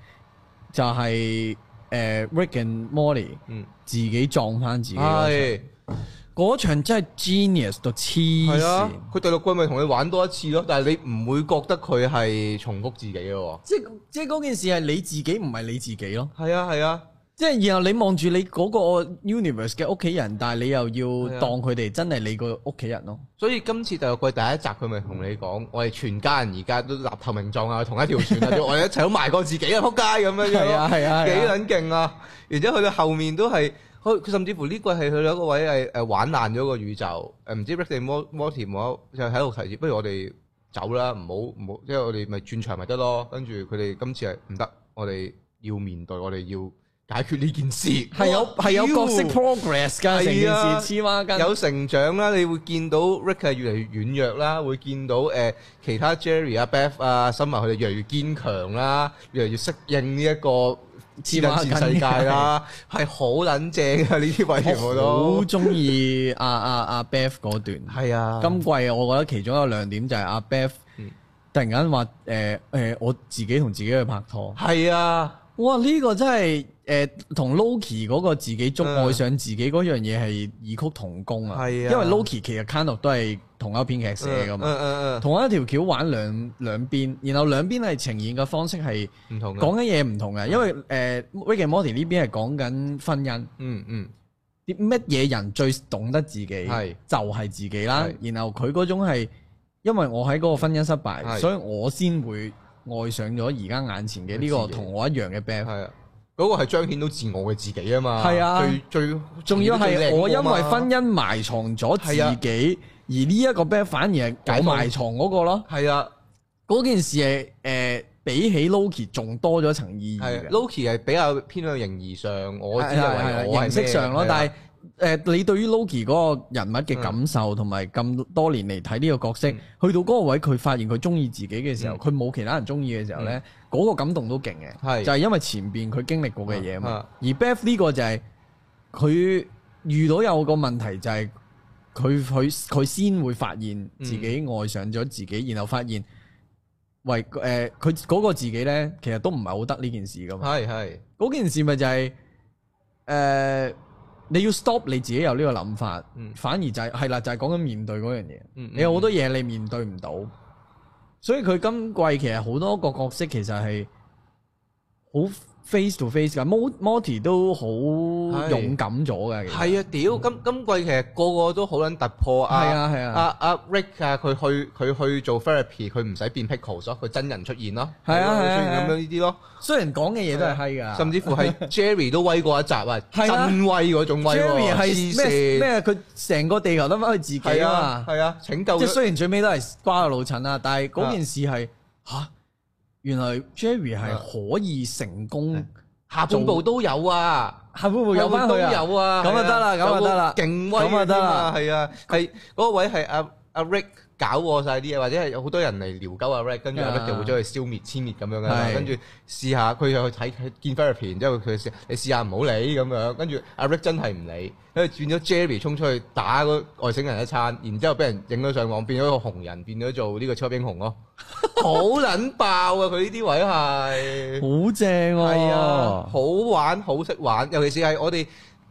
Speaker 2: 就係、呃 Rick and Morty
Speaker 1: 嗯，
Speaker 2: 自己撞翻自己嗰場，
Speaker 1: 係。
Speaker 2: 嗰場真係 genius 到黐
Speaker 1: 係
Speaker 2: 線
Speaker 1: 啊，，佢第六季咪同你玩多一次咯，但係你唔會覺得佢係重複自己嘅喎。
Speaker 2: 即係即係嗰件事係你自己唔係你自己咯，
Speaker 1: 係啊係啊，
Speaker 2: 即係然後你望住你嗰個 universe 嘅屋企人，但係你又
Speaker 1: 係啊
Speaker 2: 要當佢哋真係你個屋企人咯，
Speaker 1: 所以今次第六季第一集佢咪同你講，我哋全家人而家都立頭名狀啊，同一條船啊，我哋一齊都埋過自己啊，撲街咁樣樣
Speaker 2: 係
Speaker 1: 咯
Speaker 2: 啊，係啊
Speaker 1: 幾
Speaker 2: 係啊，
Speaker 1: 撚勁啊！然之後去到後面都係，佢佢甚至乎呢季係去到一個位係誒玩爛咗個宇宙，誒唔知 Rick 定 Mor- Morty 冇就喺度提議，不如我哋走啦，唔好唔好，即係我哋咪轉場咪得咯。跟住佢哋今次係唔得，我哋要面對，我哋要解決呢件事，
Speaker 2: 係有係有角色
Speaker 1: 哇
Speaker 2: progress 㗎，成
Speaker 1: 係
Speaker 2: 件
Speaker 1: 啊
Speaker 2: 事黐孖筋。
Speaker 1: 有成長啦，你會見到 Rick 係越嚟越軟弱啦，會見到誒、呃其他 Jerry 啊、Beth 啊、森埋佢哋越嚟越堅強啦，越嚟越適應呢一個智能
Speaker 2: 黐孖筋
Speaker 1: 戰世界啦，係好撚正啊！呢啲位全部
Speaker 2: 我好
Speaker 1: 都
Speaker 2: 中意阿阿阿 Beth 嗰段。
Speaker 1: 係啊，
Speaker 2: 今季我覺得其中一個亮點就係阿 Beth
Speaker 1: 嗯
Speaker 2: 突然間話誒誒，我自己同自己去拍拖。
Speaker 1: 係啊，
Speaker 2: 哇！呢、個真係誒同 Loki 嗰個自己捉愛上自己嗰樣嘢係異曲同工啊！
Speaker 1: 嗯係啊
Speaker 2: 因為 Loki 其實 kind of 都係同一編劇寫噶嘛，
Speaker 1: 嗯嗯
Speaker 2: 同一條橋玩兩兩邊，然後兩邊係呈現嘅方式係
Speaker 1: 嗯，唔同嗯嘅，
Speaker 2: 講緊嘢唔同嘅，因為誒、呃、Rick and Morty 呢邊係講緊婚姻。
Speaker 1: 嗯嗯，
Speaker 2: 啲乜嘢人最懂得自己，
Speaker 1: 係
Speaker 2: 就係自己啦
Speaker 1: 係。
Speaker 2: 然後佢嗰種係，因為我喺嗰個婚姻失敗，
Speaker 1: 係
Speaker 2: 所以我先會愛上咗而家眼前嘅呢個
Speaker 1: 自己
Speaker 2: 同我一樣嘅 band。
Speaker 1: 係啊，嗰、個係彰顯到自我嘅自己啊嘛，
Speaker 2: 係啊
Speaker 1: 最最
Speaker 2: 仲要係我因為婚
Speaker 1: 姻
Speaker 2: 姻埋藏咗自
Speaker 1: 係啊
Speaker 2: 己，而呢一個 band 反而係有埋藏嗰個咯。
Speaker 1: 係啊。
Speaker 2: 嗰件事係誒、呃比起 Loki 仲多咗層意義
Speaker 1: 係啊
Speaker 2: 嘅。
Speaker 1: Loki 係比較偏向形而上，我只
Speaker 2: 啊係啊係係
Speaker 1: 係為我係咩
Speaker 2: 形式上咯，
Speaker 1: 係啊
Speaker 2: 但係誒，你對於 Loki 嗰個人物嘅感受，同埋咁多年嚟睇呢個角色，
Speaker 1: 嗯
Speaker 2: 去到嗰個位，佢發現佢中意自己嘅時候，
Speaker 1: 嗯
Speaker 2: 佢冇其他人中意嘅時候呢，嗰、個感動都勁嘅，
Speaker 1: 係
Speaker 2: 就係因為前邊佢經歷過嘅嘢嘛
Speaker 1: 啊。
Speaker 2: 而 Beth 呢個就係佢遇到有個問題就係佢佢佢先會發現自己
Speaker 1: 嗯
Speaker 2: 愛上咗自己，然後發現喂誒佢嗰個自己呢，其實都唔係好得呢件事噶嘛。
Speaker 1: 係係
Speaker 2: 嗰件事咪就係、呃你要 stop 你自己有呢個諗法，
Speaker 1: 嗯
Speaker 2: 反而就係係啦，就係講緊面對嗰樣嘢。
Speaker 1: 嗯嗯
Speaker 2: 你有好多嘢你面對唔到，所以佢今季其實好多個角色其實係好 face to face 噶。Mo- Morty 都好勇敢咗嘅，其實
Speaker 1: 嗯係啊！屌，今今季其實個個都好撚突破
Speaker 2: 嗯係
Speaker 1: 啊！
Speaker 2: 啊係啊，
Speaker 1: 阿阿 Rick 啊，佢去佢去做 therapy，佢唔使變 pickles 咯，佢真人出現咯，
Speaker 2: 係啊
Speaker 1: 佢
Speaker 2: 係啊
Speaker 1: 出現
Speaker 2: 係啊
Speaker 1: 咁樣呢啲咯，
Speaker 2: 雖然講嘅嘢都係閪噶，
Speaker 1: 甚至乎係 Jerry 都威過一集啊，
Speaker 2: 係啊
Speaker 1: 真威嗰種威喎
Speaker 2: Jerry 係
Speaker 1: 黐
Speaker 2: 咩
Speaker 1: 線
Speaker 2: 咩？佢成個地球得翻佢自己
Speaker 1: 係
Speaker 2: 啊
Speaker 1: 啊
Speaker 2: 嘛。
Speaker 1: 係啊，拯救
Speaker 2: 即係
Speaker 1: 咗啊
Speaker 2: 雖然最尾都係瓜個老襯啦，但係嗰件事係吓，原來 Jerry
Speaker 1: 啊
Speaker 2: 係可以成功，
Speaker 1: 下半部都有啊。
Speaker 2: 係會唔會有翻
Speaker 1: 都
Speaker 2: 佢啊？
Speaker 1: 有啊，
Speaker 2: 咁啊
Speaker 1: 嗯係
Speaker 2: 得啦咁啊得啦
Speaker 1: 有個勁威
Speaker 2: 咁啊得啦
Speaker 1: 係啊，係嗰個位係阿阿 Rick 搞過晒啲嘢，或者係有好多人嚟撩鳩阿 Rick，跟住阿
Speaker 2: 啊
Speaker 1: Rick 就會將佢消滅殲滅咁樣噶啦
Speaker 2: 係，
Speaker 1: 跟住試下佢又去睇佢見 therapy，然之後佢試你試下唔好理咁樣，跟住阿 Rick 真係唔理，跟住轉咗 Jerry 衝出去打嗰外星人一餐，然之後俾人影咗上網，變咗一個紅人，變咗做呢個超級英雄 咯，好撚爆啊！佢呢啲位係。
Speaker 2: 好正
Speaker 1: 係啊，
Speaker 2: 喎！
Speaker 1: 好玩好識玩，尤其是係我哋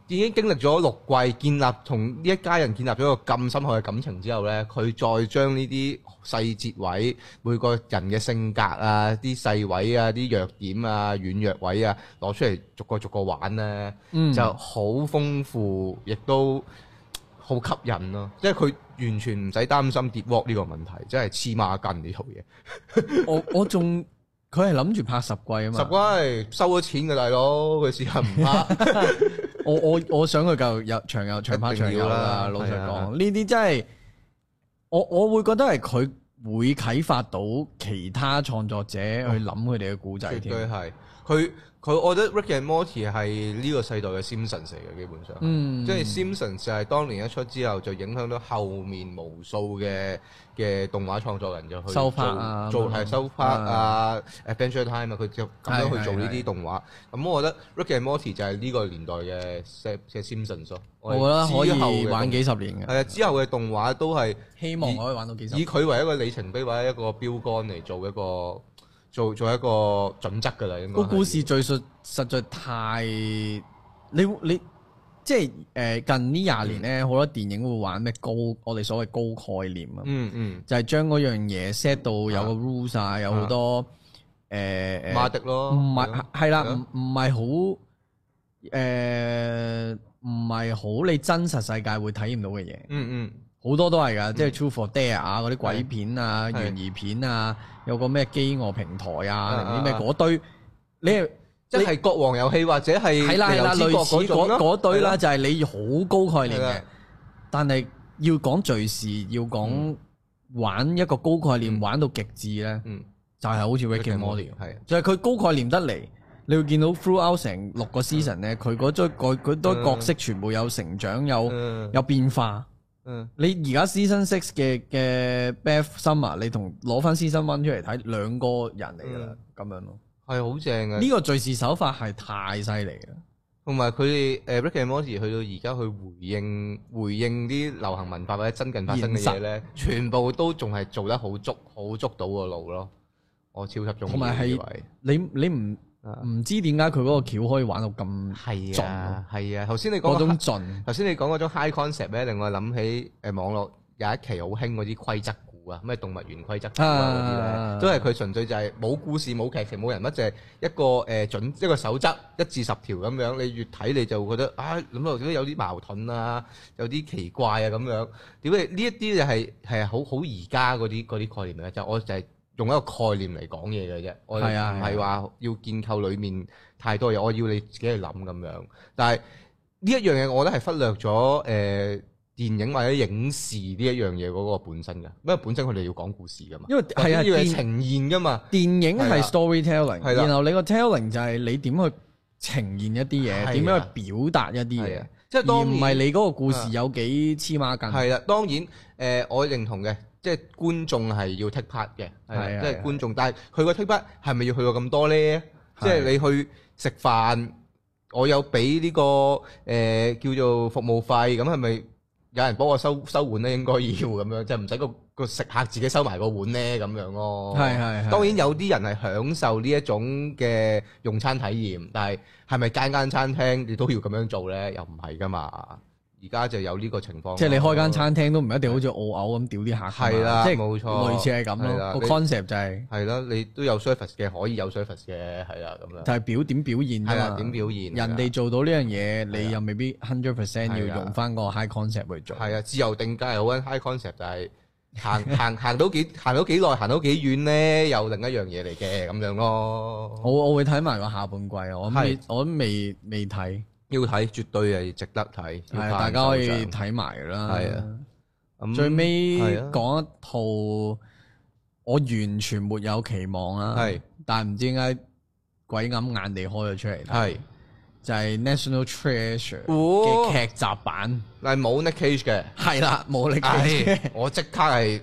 Speaker 1: 已經經歷咗六季，建立同呢一家人建立咗一個咁深厚嘅感情之後呢，佢再將呢啲細節位、每個人嘅性格啊、啲細位啊、啲弱點啊、軟弱位啊，攞出嚟逐個逐個玩呢，
Speaker 2: 嗯
Speaker 1: 就好豐富，亦都好吸引咯、即係佢完全唔使擔心跌鍋呢個問題，真係黐孖筋呢套嘢。
Speaker 2: 我我仲佢係諗住拍十季啊
Speaker 1: 十
Speaker 2: 嘛，
Speaker 1: 龜收咗錢嘅大佬，佢試下唔拍。
Speaker 2: 我我我想佢繼續有長有長拍長
Speaker 1: 一定要
Speaker 2: 有啦。
Speaker 1: 啦
Speaker 2: 老實
Speaker 1: 係啊
Speaker 2: 講，呢啲真係我我會覺得係佢會啟發到其他創作者去諗佢哋嘅故仔
Speaker 1: 絕對
Speaker 2: 添。
Speaker 1: 係佢佢，我覺得 Rick and Morty 係呢個世代嘅 Simpsons 嚟嘅，基本上，
Speaker 2: 嗯，
Speaker 1: 即係 Simpsons 就係當年一出之後，就影響到後面無數嘅嘅動畫創作人就去
Speaker 2: 收拍啊
Speaker 1: 做做
Speaker 2: 咁樣
Speaker 1: 係收拍啊，Adventure Time 啊，佢就咁樣去做呢啲動畫。咁我覺得 Rick and Morty 就係呢個年代嘅嘅 Simpsons 咯。
Speaker 2: 我覺得可
Speaker 1: 之後
Speaker 2: 以
Speaker 1: 嘅
Speaker 2: 玩
Speaker 1: 動
Speaker 2: 幾十年嘅，
Speaker 1: 係啊，之後嘅動畫都係。
Speaker 2: 希望可以玩到幾十年
Speaker 1: 以。佢為一個里程碑或者一個標杆嚟做一個做做一個準則㗎啦，應該
Speaker 2: 個
Speaker 1: 係
Speaker 2: 故事敘述實在太你你即係誒、呃近呢廿年咧，好、多電影會玩咩高我哋所謂高概念啊，
Speaker 1: 嗯嗯
Speaker 2: 就係將嗰樣嘢 set 到有個 rules 啊，有好多誒誒，
Speaker 1: 馬迪咯，
Speaker 2: 唔係啊係啦，
Speaker 1: 係咯
Speaker 2: 唔唔係好誒唔係好你真實世界會體驗到嘅嘢。
Speaker 1: 嗯
Speaker 2: 好多都係噶，即係 True for Dare 啊，嗰啲鬼
Speaker 1: 係
Speaker 2: 片啊、
Speaker 1: 係
Speaker 2: 懸疑片啊，有個咩飢餓平台啊，
Speaker 1: 啊
Speaker 2: 定唔知咩
Speaker 1: 啊
Speaker 2: 嗰堆，你係
Speaker 1: 嗯，即係國王遊戲或者係
Speaker 2: 係啦係啦，
Speaker 1: 尼羅
Speaker 2: 類
Speaker 1: 之國
Speaker 2: 似
Speaker 1: 種
Speaker 2: 嗰
Speaker 1: 咯
Speaker 2: 嗰堆啦，
Speaker 1: 係
Speaker 2: 就係你好高概念
Speaker 1: 係
Speaker 2: 嘅
Speaker 1: 啦，
Speaker 2: 但係要講敘事，要講
Speaker 1: 嗯
Speaker 2: 玩一個高概念
Speaker 1: 嗯
Speaker 2: 玩到極致咧，
Speaker 1: 嗯
Speaker 2: 就係好似 Rick and Morty，
Speaker 1: 係
Speaker 2: 就係佢高概念得嚟，你會見到 throughout 成六個 season
Speaker 1: 嗯
Speaker 2: 咧，佢嗰堆佢佢堆角色全部有成長，有
Speaker 1: 嗯
Speaker 2: 有變化。
Speaker 1: 嗯
Speaker 2: 你而家 season six 嘅嘅 Beth Summer，你同攞翻 season one 出嚟睇，兩個人嚟
Speaker 1: 嗯
Speaker 2: 噶啦，咁樣咯。
Speaker 1: 係好正嘅。
Speaker 2: 呢個敘事手法係太犀利啦。
Speaker 1: 同埋佢哋誒 Rick and Morty 去到而家去回應回應啲流行文化或者真近發生嘅嘢咧，全部都仲係做得好足好足到個路咯。我超級中意
Speaker 2: 同埋係
Speaker 1: 呢位，
Speaker 2: 你你唔
Speaker 1: 啊
Speaker 2: 唔知點解佢嗰個橋可以玩到咁
Speaker 1: 係
Speaker 2: 盡
Speaker 1: 啊係啊，頭先你
Speaker 2: 嗰
Speaker 1: 講
Speaker 2: 種
Speaker 1: 嗰
Speaker 2: 盡，
Speaker 1: 頭先你講嗰種 high concept 咧，令我諗起誒網絡有一期好興嗰啲規則股啊，咩動物園規則股啊
Speaker 2: 啊
Speaker 1: 嗰啲咧，都係佢純粹就係冇故事、冇劇情、冇人物，就係一個誒準一個守則，一至十條咁樣。你越睇你就覺得啊，諗到都有啲矛盾啊，有啲奇怪啊咁樣。點解呢一啲就係係好好而家嗰啲嗰啲概念嚟嘅？就我就係用一個概念嚟講嘢嘅啫，我唔
Speaker 2: 係啊
Speaker 1: 係話要建構裡面太多嘢，我要你自己去諗咁樣。但係呢一樣嘢，我覺得係忽略咗誒、呃、電影或者影視呢一樣嘢嗰個本身嘅，因為本身佢哋要講故事噶嘛，
Speaker 2: 因為係啊
Speaker 1: 或者要
Speaker 2: 電
Speaker 1: 係呈現噶嘛，
Speaker 2: 電影
Speaker 1: 係
Speaker 2: 係
Speaker 1: 啦
Speaker 2: storytelling，
Speaker 1: 係啦
Speaker 2: 然後你個 telling 就係你點去呈現一
Speaker 1: 係
Speaker 2: 啲嘢，
Speaker 1: 啊
Speaker 2: 點樣去表達一啲
Speaker 1: 係
Speaker 2: 嘢
Speaker 1: 啊，，即
Speaker 2: 而
Speaker 1: 係當
Speaker 2: 唔係
Speaker 1: 然啊
Speaker 2: 你嗰個故事有幾黐孖筋。
Speaker 1: 係啦，當然誒、呃我認同嘅，即係觀眾係要 take part 嘅，係
Speaker 2: 係
Speaker 1: 啦
Speaker 2: 啊
Speaker 1: 即
Speaker 2: 係
Speaker 1: 係
Speaker 2: 啊
Speaker 1: 觀眾，但係佢個 take part 係咪要去到咁多咧？即係
Speaker 2: 係
Speaker 1: 你去食飯，我有俾呢、個誒、呃叫做服務費，咁係咪有人幫我收收碗咧？應該要咁樣，即係唔使個個食客自己收埋個碗咧咁樣咯。
Speaker 2: 係係係
Speaker 1: 當然有啲人係享受呢一種嘅用餐體驗，但係係咪間間餐廳你都要咁樣做咧？又唔係噶嘛。而家就有呢個情況。
Speaker 2: 即係你開間餐廳都唔一定好似澳牛咁屌啲客㗎嘛，
Speaker 1: 係啦
Speaker 2: 即係
Speaker 1: 冇錯
Speaker 2: 類似係咁
Speaker 1: 係啦
Speaker 2: 咯。個
Speaker 1: 你
Speaker 2: concept 就係
Speaker 1: 係啦，你都有 service 嘅，可以有 service 嘅，係啦咁
Speaker 2: 就
Speaker 1: 樣。
Speaker 2: 係表點表現
Speaker 1: 係
Speaker 2: 啫
Speaker 1: 啦，
Speaker 2: 嘛。
Speaker 1: 點表現？啊
Speaker 2: 人哋做到呢樣嘢，你又未必 hundred percent
Speaker 1: 係啊
Speaker 2: 要用翻個 high concept 去做。
Speaker 1: 係啊，自由定價係好撚 high concept，就係行行行到幾行到幾耐，行到幾遠咧，又另一樣嘢嚟嘅咁樣咯。
Speaker 2: 我我會睇埋個下半季，啊我未
Speaker 1: 係
Speaker 2: 我未未睇，
Speaker 1: 要睇，絕對係值得睇。要拍
Speaker 2: 係大家可以
Speaker 1: 手掌
Speaker 2: 睇埋㗎啦。嗯
Speaker 1: 係啊咁
Speaker 2: 最尾
Speaker 1: 係啊
Speaker 2: 講一套，我完全沒有期望啦。
Speaker 1: 係，
Speaker 2: 但唔知點解鬼揞眼地開咗出嚟睇，
Speaker 1: 係，
Speaker 2: 就係 National Treasure
Speaker 1: 哦
Speaker 2: 嘅劇集版，
Speaker 1: 但係冇 Nick Cage 嘅。
Speaker 2: 係啦，冇力嘅，
Speaker 1: 唉，我即刻係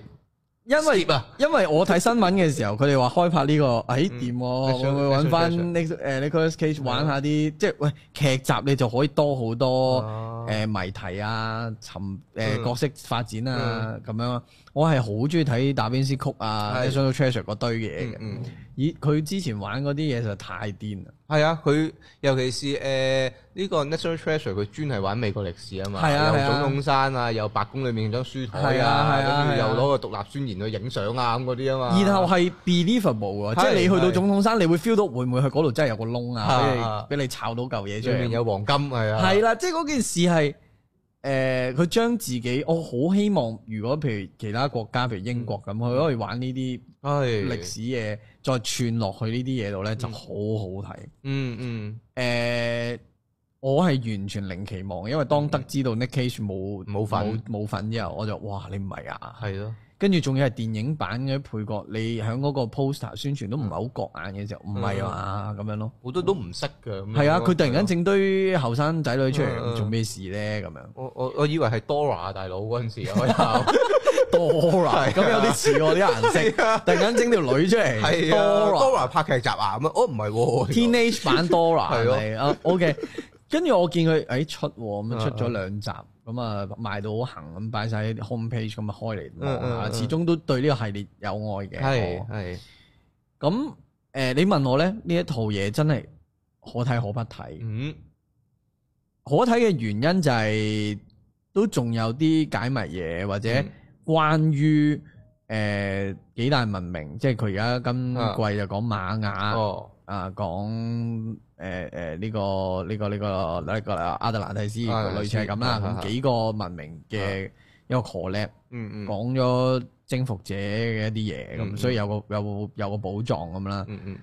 Speaker 2: 因為
Speaker 1: skip 啊！
Speaker 2: 因為我睇新聞嘅時候，佢哋話開拍呢個，誒
Speaker 1: 嗯
Speaker 2: 掂喎，
Speaker 1: National-
Speaker 2: 會唔會揾翻
Speaker 1: National
Speaker 2: Nic- 誒呃 Nicolas Cage 玩下啲，即係喂劇集你就可以多好多
Speaker 1: 哦
Speaker 2: 誒謎題啊、尋
Speaker 1: 嗯
Speaker 2: 誒角色發展啊咁樣。我係好中意睇打邊絲曲啊、
Speaker 1: 係
Speaker 2: National Treasure 嗰堆嘢
Speaker 1: 嗯
Speaker 2: 嘅。
Speaker 1: 嗯。
Speaker 2: 咦，佢之前玩嗰啲嘢實在太癲啦！
Speaker 1: 係啊，佢尤其是誒呢、個 National Treasure，佢專係玩美國歷史啊嘛，
Speaker 2: 係啊
Speaker 1: 又
Speaker 2: 係啊
Speaker 1: 總統山啊，又白宮裏面張書台
Speaker 2: 係啊係啊
Speaker 1: 啊，跟住
Speaker 2: 係啊
Speaker 1: 又攞個獨立宣言去影相啊咁嗰啲啊嘛。
Speaker 2: 然後係 believable
Speaker 1: 係
Speaker 2: 喎，即係你去到
Speaker 1: 係
Speaker 2: 總統山，你會 feel 到會唔會去嗰度真係有個窿啊
Speaker 1: 啊，
Speaker 2: 俾你俾你摷到嚿嘢出
Speaker 1: 裏面
Speaker 2: 嚟。
Speaker 1: 有黃金係啊，
Speaker 2: 係啦，即係嗰件事係誒，佢將自己，我好希望如果譬如其他國家，譬如英國
Speaker 1: 嗯
Speaker 2: 咁，佢可以玩呢啲
Speaker 1: 係
Speaker 2: 歷，史嘢，再串落去呢啲嘢度咧，就好好睇。
Speaker 1: 嗯嗯，
Speaker 2: 誒，我係完全零期望，因為當得知道 Nick Cage 冇
Speaker 1: 嗯冇份
Speaker 2: 冇冇份之後，我就哇你唔係啊！
Speaker 1: 係咯，
Speaker 2: 跟住仲要係電影版嘅配角，你喺嗰個 poster 宣傳都唔係好覺眼嘅時候，唔係
Speaker 1: 嗯
Speaker 2: 啊嘛咁樣咯。
Speaker 1: 好多都唔識嘅。咁樣
Speaker 2: 係啊，佢突然間整堆後生仔女出嚟，
Speaker 1: 嗯
Speaker 2: 做咩事咧？咁樣
Speaker 1: 我我我以為係 Dora 大佬嗰陣時開頭，啊
Speaker 2: Dora 咁有啲似喎啲顏色，突然間整條女出嚟
Speaker 1: 係啊，Dora
Speaker 2: Dora
Speaker 1: 拍劇集啊咁啊，哦唔係喎，
Speaker 2: Teenage 版 Dora
Speaker 1: 係咯
Speaker 2: 係啊 OK。跟住我見佢誒出喎，
Speaker 1: 嗯
Speaker 2: 咁啊出咗兩集，咁啊賣到好行咁擺晒喺 homepage 咁啊開嚟
Speaker 1: 嗯
Speaker 2: 望
Speaker 1: 嗯
Speaker 2: 下，
Speaker 1: 嗯
Speaker 2: 始終都對呢個系列有愛嘅。我
Speaker 1: 係係，
Speaker 2: 咁誒、呃你問我咧，呢一套嘢真係可睇可不睇。
Speaker 1: 嗯
Speaker 2: 可睇嘅原因就係、都仲有啲解密嘢，或者
Speaker 1: 嗯
Speaker 2: 關於誒、呃、幾大文明，即係佢而家今季
Speaker 1: 啊
Speaker 2: 就講瑪雅
Speaker 1: 哦
Speaker 2: 啊，講誒誒呢個呢、個呢、個呢、個阿特蘭蒂斯，
Speaker 1: 啊
Speaker 2: 類似係咁啦。
Speaker 1: 啊啊
Speaker 2: 咁幾個文明嘅一個 collab。
Speaker 1: 嗯嗯
Speaker 2: 講咗征服者嘅一啲嘢，咁、
Speaker 1: 嗯
Speaker 2: 所以有個有個有個寶藏咁啦。
Speaker 1: 嗯嗯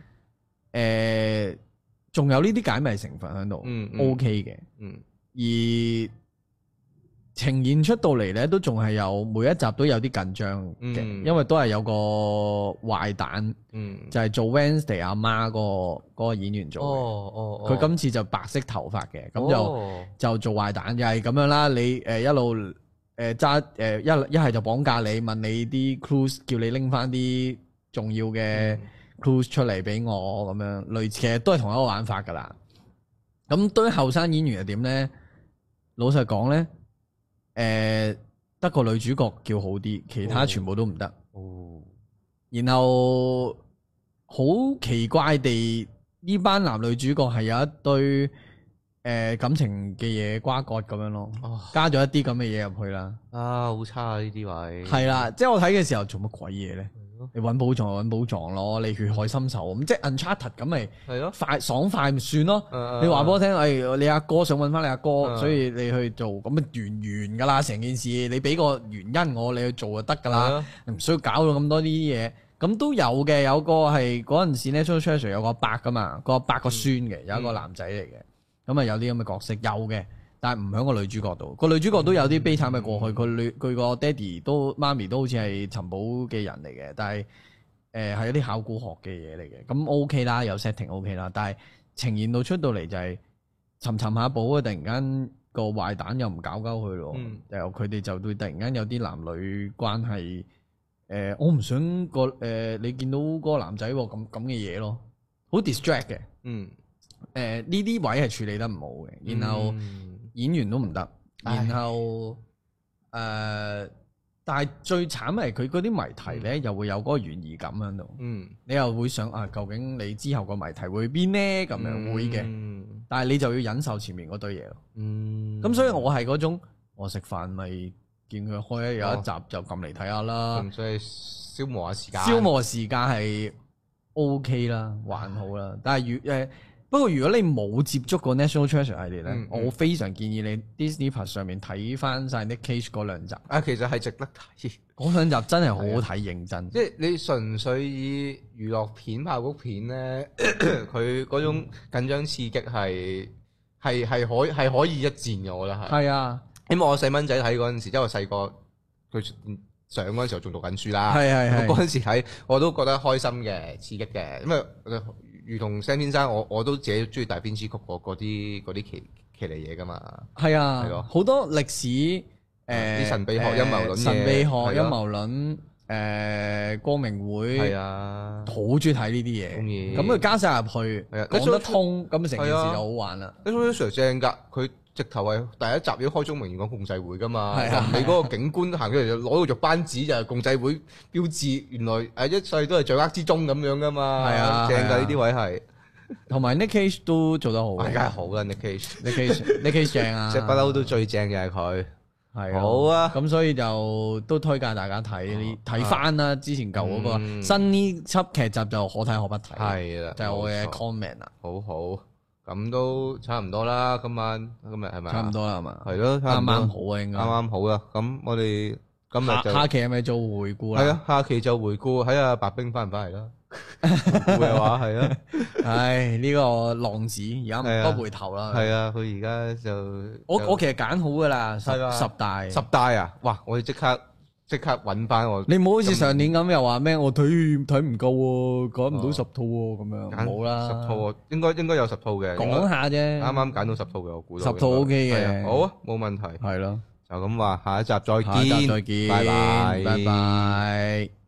Speaker 2: 誒、仲嗯有呢啲解密成分喺度
Speaker 1: 嗯嗯
Speaker 2: ，O K 嘅。
Speaker 1: 嗯
Speaker 2: 而呈現出到嚟咧，都仲係有每一集都有啲緊張嘅，
Speaker 1: 嗯
Speaker 2: 因為都係有個壞蛋，
Speaker 1: 嗯，
Speaker 2: 就係、做 Wednesday 阿媽嗰、個嗰個演員做嘅。
Speaker 1: 哦
Speaker 2: 佢今次就白色頭髮嘅，咁就、
Speaker 1: 哦
Speaker 2: 就做壞蛋，就係咁樣啦。你誒、一路誒揸誒一一係就綁架你，問你啲 clues，叫你拎翻啲重要
Speaker 1: 嗯
Speaker 2: 嘅 clues 出嚟俾我咁樣，類似其實都係同一個玩法噶啦。咁對於後生演員又點咧？老實講咧，誒、得個女主角叫好啲，其他
Speaker 1: 哦
Speaker 2: 全部都唔得。
Speaker 1: 哦，
Speaker 2: 然後好奇怪地，呢班男女主角係有一堆诶、呃感情嘅嘢瓜葛咁樣咯，
Speaker 1: 哦
Speaker 2: 加咗一啲咁嘅嘢入去啦。
Speaker 1: 啊，好差啊呢啲位，
Speaker 2: 係啦，即系我睇嘅時候做乜鬼嘢咧？
Speaker 1: 係咯，
Speaker 2: 你揾寶藏就揾寶藏咯，你血海深仇咁，即系 Uncharted 咁咪
Speaker 1: 係咯，啊
Speaker 2: 快爽快咪算咯。
Speaker 1: 誒
Speaker 2: 你話俾我聽，誒你阿哥想揾翻你阿哥，
Speaker 1: 嗯
Speaker 2: 所以你去做咁咪完完噶啦，成件事你俾個原因我，你去做就得噶
Speaker 1: 啊
Speaker 2: 啦。，唔需要搞到咁多呢啲嘢。咁都有嘅，有個係嗰陣時咧 t r e a s u r e 有個阿伯噶嘛，個阿伯個孫嘅，有一個男仔嚟嘅，咁啊有啲咁嘅角色有嘅，但係唔喺個女主角度。個女主角都有啲悲慘嘅過去，佢女佢個爹哋都媽咪都好似係尋寶嘅人嚟嘅，但係誒係一啲考古學嘅嘢嚟嘅，咁 OK 啦，有 setting OK 啦，但係呈現到出到嚟就係尋尋下寶啊，突然間個壞蛋又唔搞鳩佢咯
Speaker 1: 嗯，
Speaker 2: 然後佢哋就會突然間有啲男女關係。誒、我唔想個誒、你見到嗰個男仔喎咁咁嘅嘢咯，好 distract 嘅。
Speaker 1: 嗯，
Speaker 2: 誒呢啲位係處理得唔好嘅，然後
Speaker 1: 嗯
Speaker 2: 演員都唔得，
Speaker 1: 唉
Speaker 2: 然後誒、但係最慘係佢嗰啲謎題咧，又會有嗰個懸疑感喺度，
Speaker 1: 嗯
Speaker 2: 你又會想啊，究竟你之後個謎題會去邊呢？咁
Speaker 1: 嗯
Speaker 2: 樣會嘅，
Speaker 1: 嘅，
Speaker 2: 但係你就要忍受前面嗰堆嘢咯。
Speaker 1: 嗯，
Speaker 2: 咁所以我係嗰種，我食飯咪見佢開有一
Speaker 1: 哦
Speaker 2: 集就撳嚟睇下啦。
Speaker 1: 純粹係消磨下時間，
Speaker 2: 啊消磨時間係 O K 啦，還好啦。但係如誒，不過如果你冇接觸過 National Treasure 系列咧，
Speaker 1: 嗯嗯
Speaker 2: 我非常建議你 Disney Plus 上面睇翻晒 Nick Cage 嗰兩集，
Speaker 1: 啊，其實係值得睇。
Speaker 2: 嗰兩集真係好
Speaker 1: 啊
Speaker 2: 好睇，認真。
Speaker 1: 即係你純粹以娛樂片、爆谷片咧， 佢嗰種緊張刺激係係係可係可以一戰嘅，我覺得係。
Speaker 2: 係啊，
Speaker 1: 因為我細蚊仔睇嗰陣時，因為我細個佢上嗰陣時候仲讀緊書啦，
Speaker 2: 係啊係
Speaker 1: 咁啊嗰
Speaker 2: 係，
Speaker 1: 陣時睇我都覺得開心嘅、刺激嘅，因為呃如同 Sam 先生，我我都自己中意大編之曲嗰嗰啲嗰啲奇奇嚟嘢噶嘛。
Speaker 2: 係
Speaker 1: 係咯
Speaker 2: 啊，好多歷史誒
Speaker 1: 啲神秘學陰謀論嘢
Speaker 2: 誒神秘學
Speaker 1: 係咯
Speaker 2: 陰謀論誒光明
Speaker 1: 係
Speaker 2: 會，
Speaker 1: 啊，
Speaker 2: 好中意睇呢啲
Speaker 1: 中
Speaker 2: 嘢。
Speaker 1: 意
Speaker 2: 咁佢加晒入去，
Speaker 1: 係啊
Speaker 2: 講得通，咁成件事
Speaker 1: 係啊
Speaker 2: 就好玩啦。
Speaker 1: 呢套 Sir 正㗎，佢直頭係第一集已經開宗明義講共濟會㗎嘛。
Speaker 2: 係啊
Speaker 1: 你嗰個警官行出嚟就攞個肉扳指就係共濟會標誌，原來誒一世都係掌握之中咁樣㗎嘛。
Speaker 2: 係啊
Speaker 1: 正
Speaker 2: 係
Speaker 1: 㗎
Speaker 2: 啊
Speaker 1: 呢啲位係，
Speaker 2: 同埋 Nick Cage 都做得好，
Speaker 1: 哇梗係好啦 Nick Cage，
Speaker 2: Nick Cage Nick Cage 正啊，
Speaker 1: 即係不嬲都最正嘅係佢。
Speaker 2: 係
Speaker 1: 好啊哦
Speaker 2: 咁所以就都推介大家睇呢睇翻啦，之前舊嗰個
Speaker 1: 嗯
Speaker 2: 新呢輯劇集就可睇可不睇，
Speaker 1: 係啦，
Speaker 2: 就係我嘅
Speaker 1: 冇錯
Speaker 2: comment 啦，
Speaker 1: 好好，咁都差唔多啦。今晚今日係咪啊？
Speaker 2: 差唔多啦係嘛，
Speaker 1: 係咯，差
Speaker 2: 啱
Speaker 1: 唔
Speaker 2: 啱
Speaker 1: 多
Speaker 2: 好啊應該，
Speaker 1: 啱啱好啦。咁我哋今日
Speaker 2: 下
Speaker 1: 就
Speaker 2: 下期係咪做回顧啦？
Speaker 1: 係啊，下期就回顧睇下白冰翻唔翻嚟啦。 會嘅話係啊。
Speaker 2: 唉呢個浪子而家
Speaker 1: 係
Speaker 2: 唔
Speaker 1: 啊
Speaker 2: 不回頭啦，
Speaker 1: 係啊，佢而家就
Speaker 2: 我
Speaker 1: 就
Speaker 2: 我其實揀好噶啦，十
Speaker 1: 係啊嘛
Speaker 2: 十大
Speaker 1: 十大啊！哇，我哋即刻即刻揾翻我，
Speaker 2: 你唔好好似上年咁又話咩我睇睇唔夠喎，講唔到十套喎咁樣，
Speaker 1: 揀
Speaker 2: 冇啦，
Speaker 1: 哦十套啊，應該應該有十套嘅，應
Speaker 2: 講下啫，
Speaker 1: 該啱啱揀到十套嘅，我估到
Speaker 2: 十套 OK 嘅
Speaker 1: 係啊好啊，冇問題，
Speaker 2: 係咯。
Speaker 1: 就咁話，下一集再
Speaker 2: 下一集
Speaker 1: 見，
Speaker 2: 再見，
Speaker 1: 拜拜，
Speaker 2: 拜拜。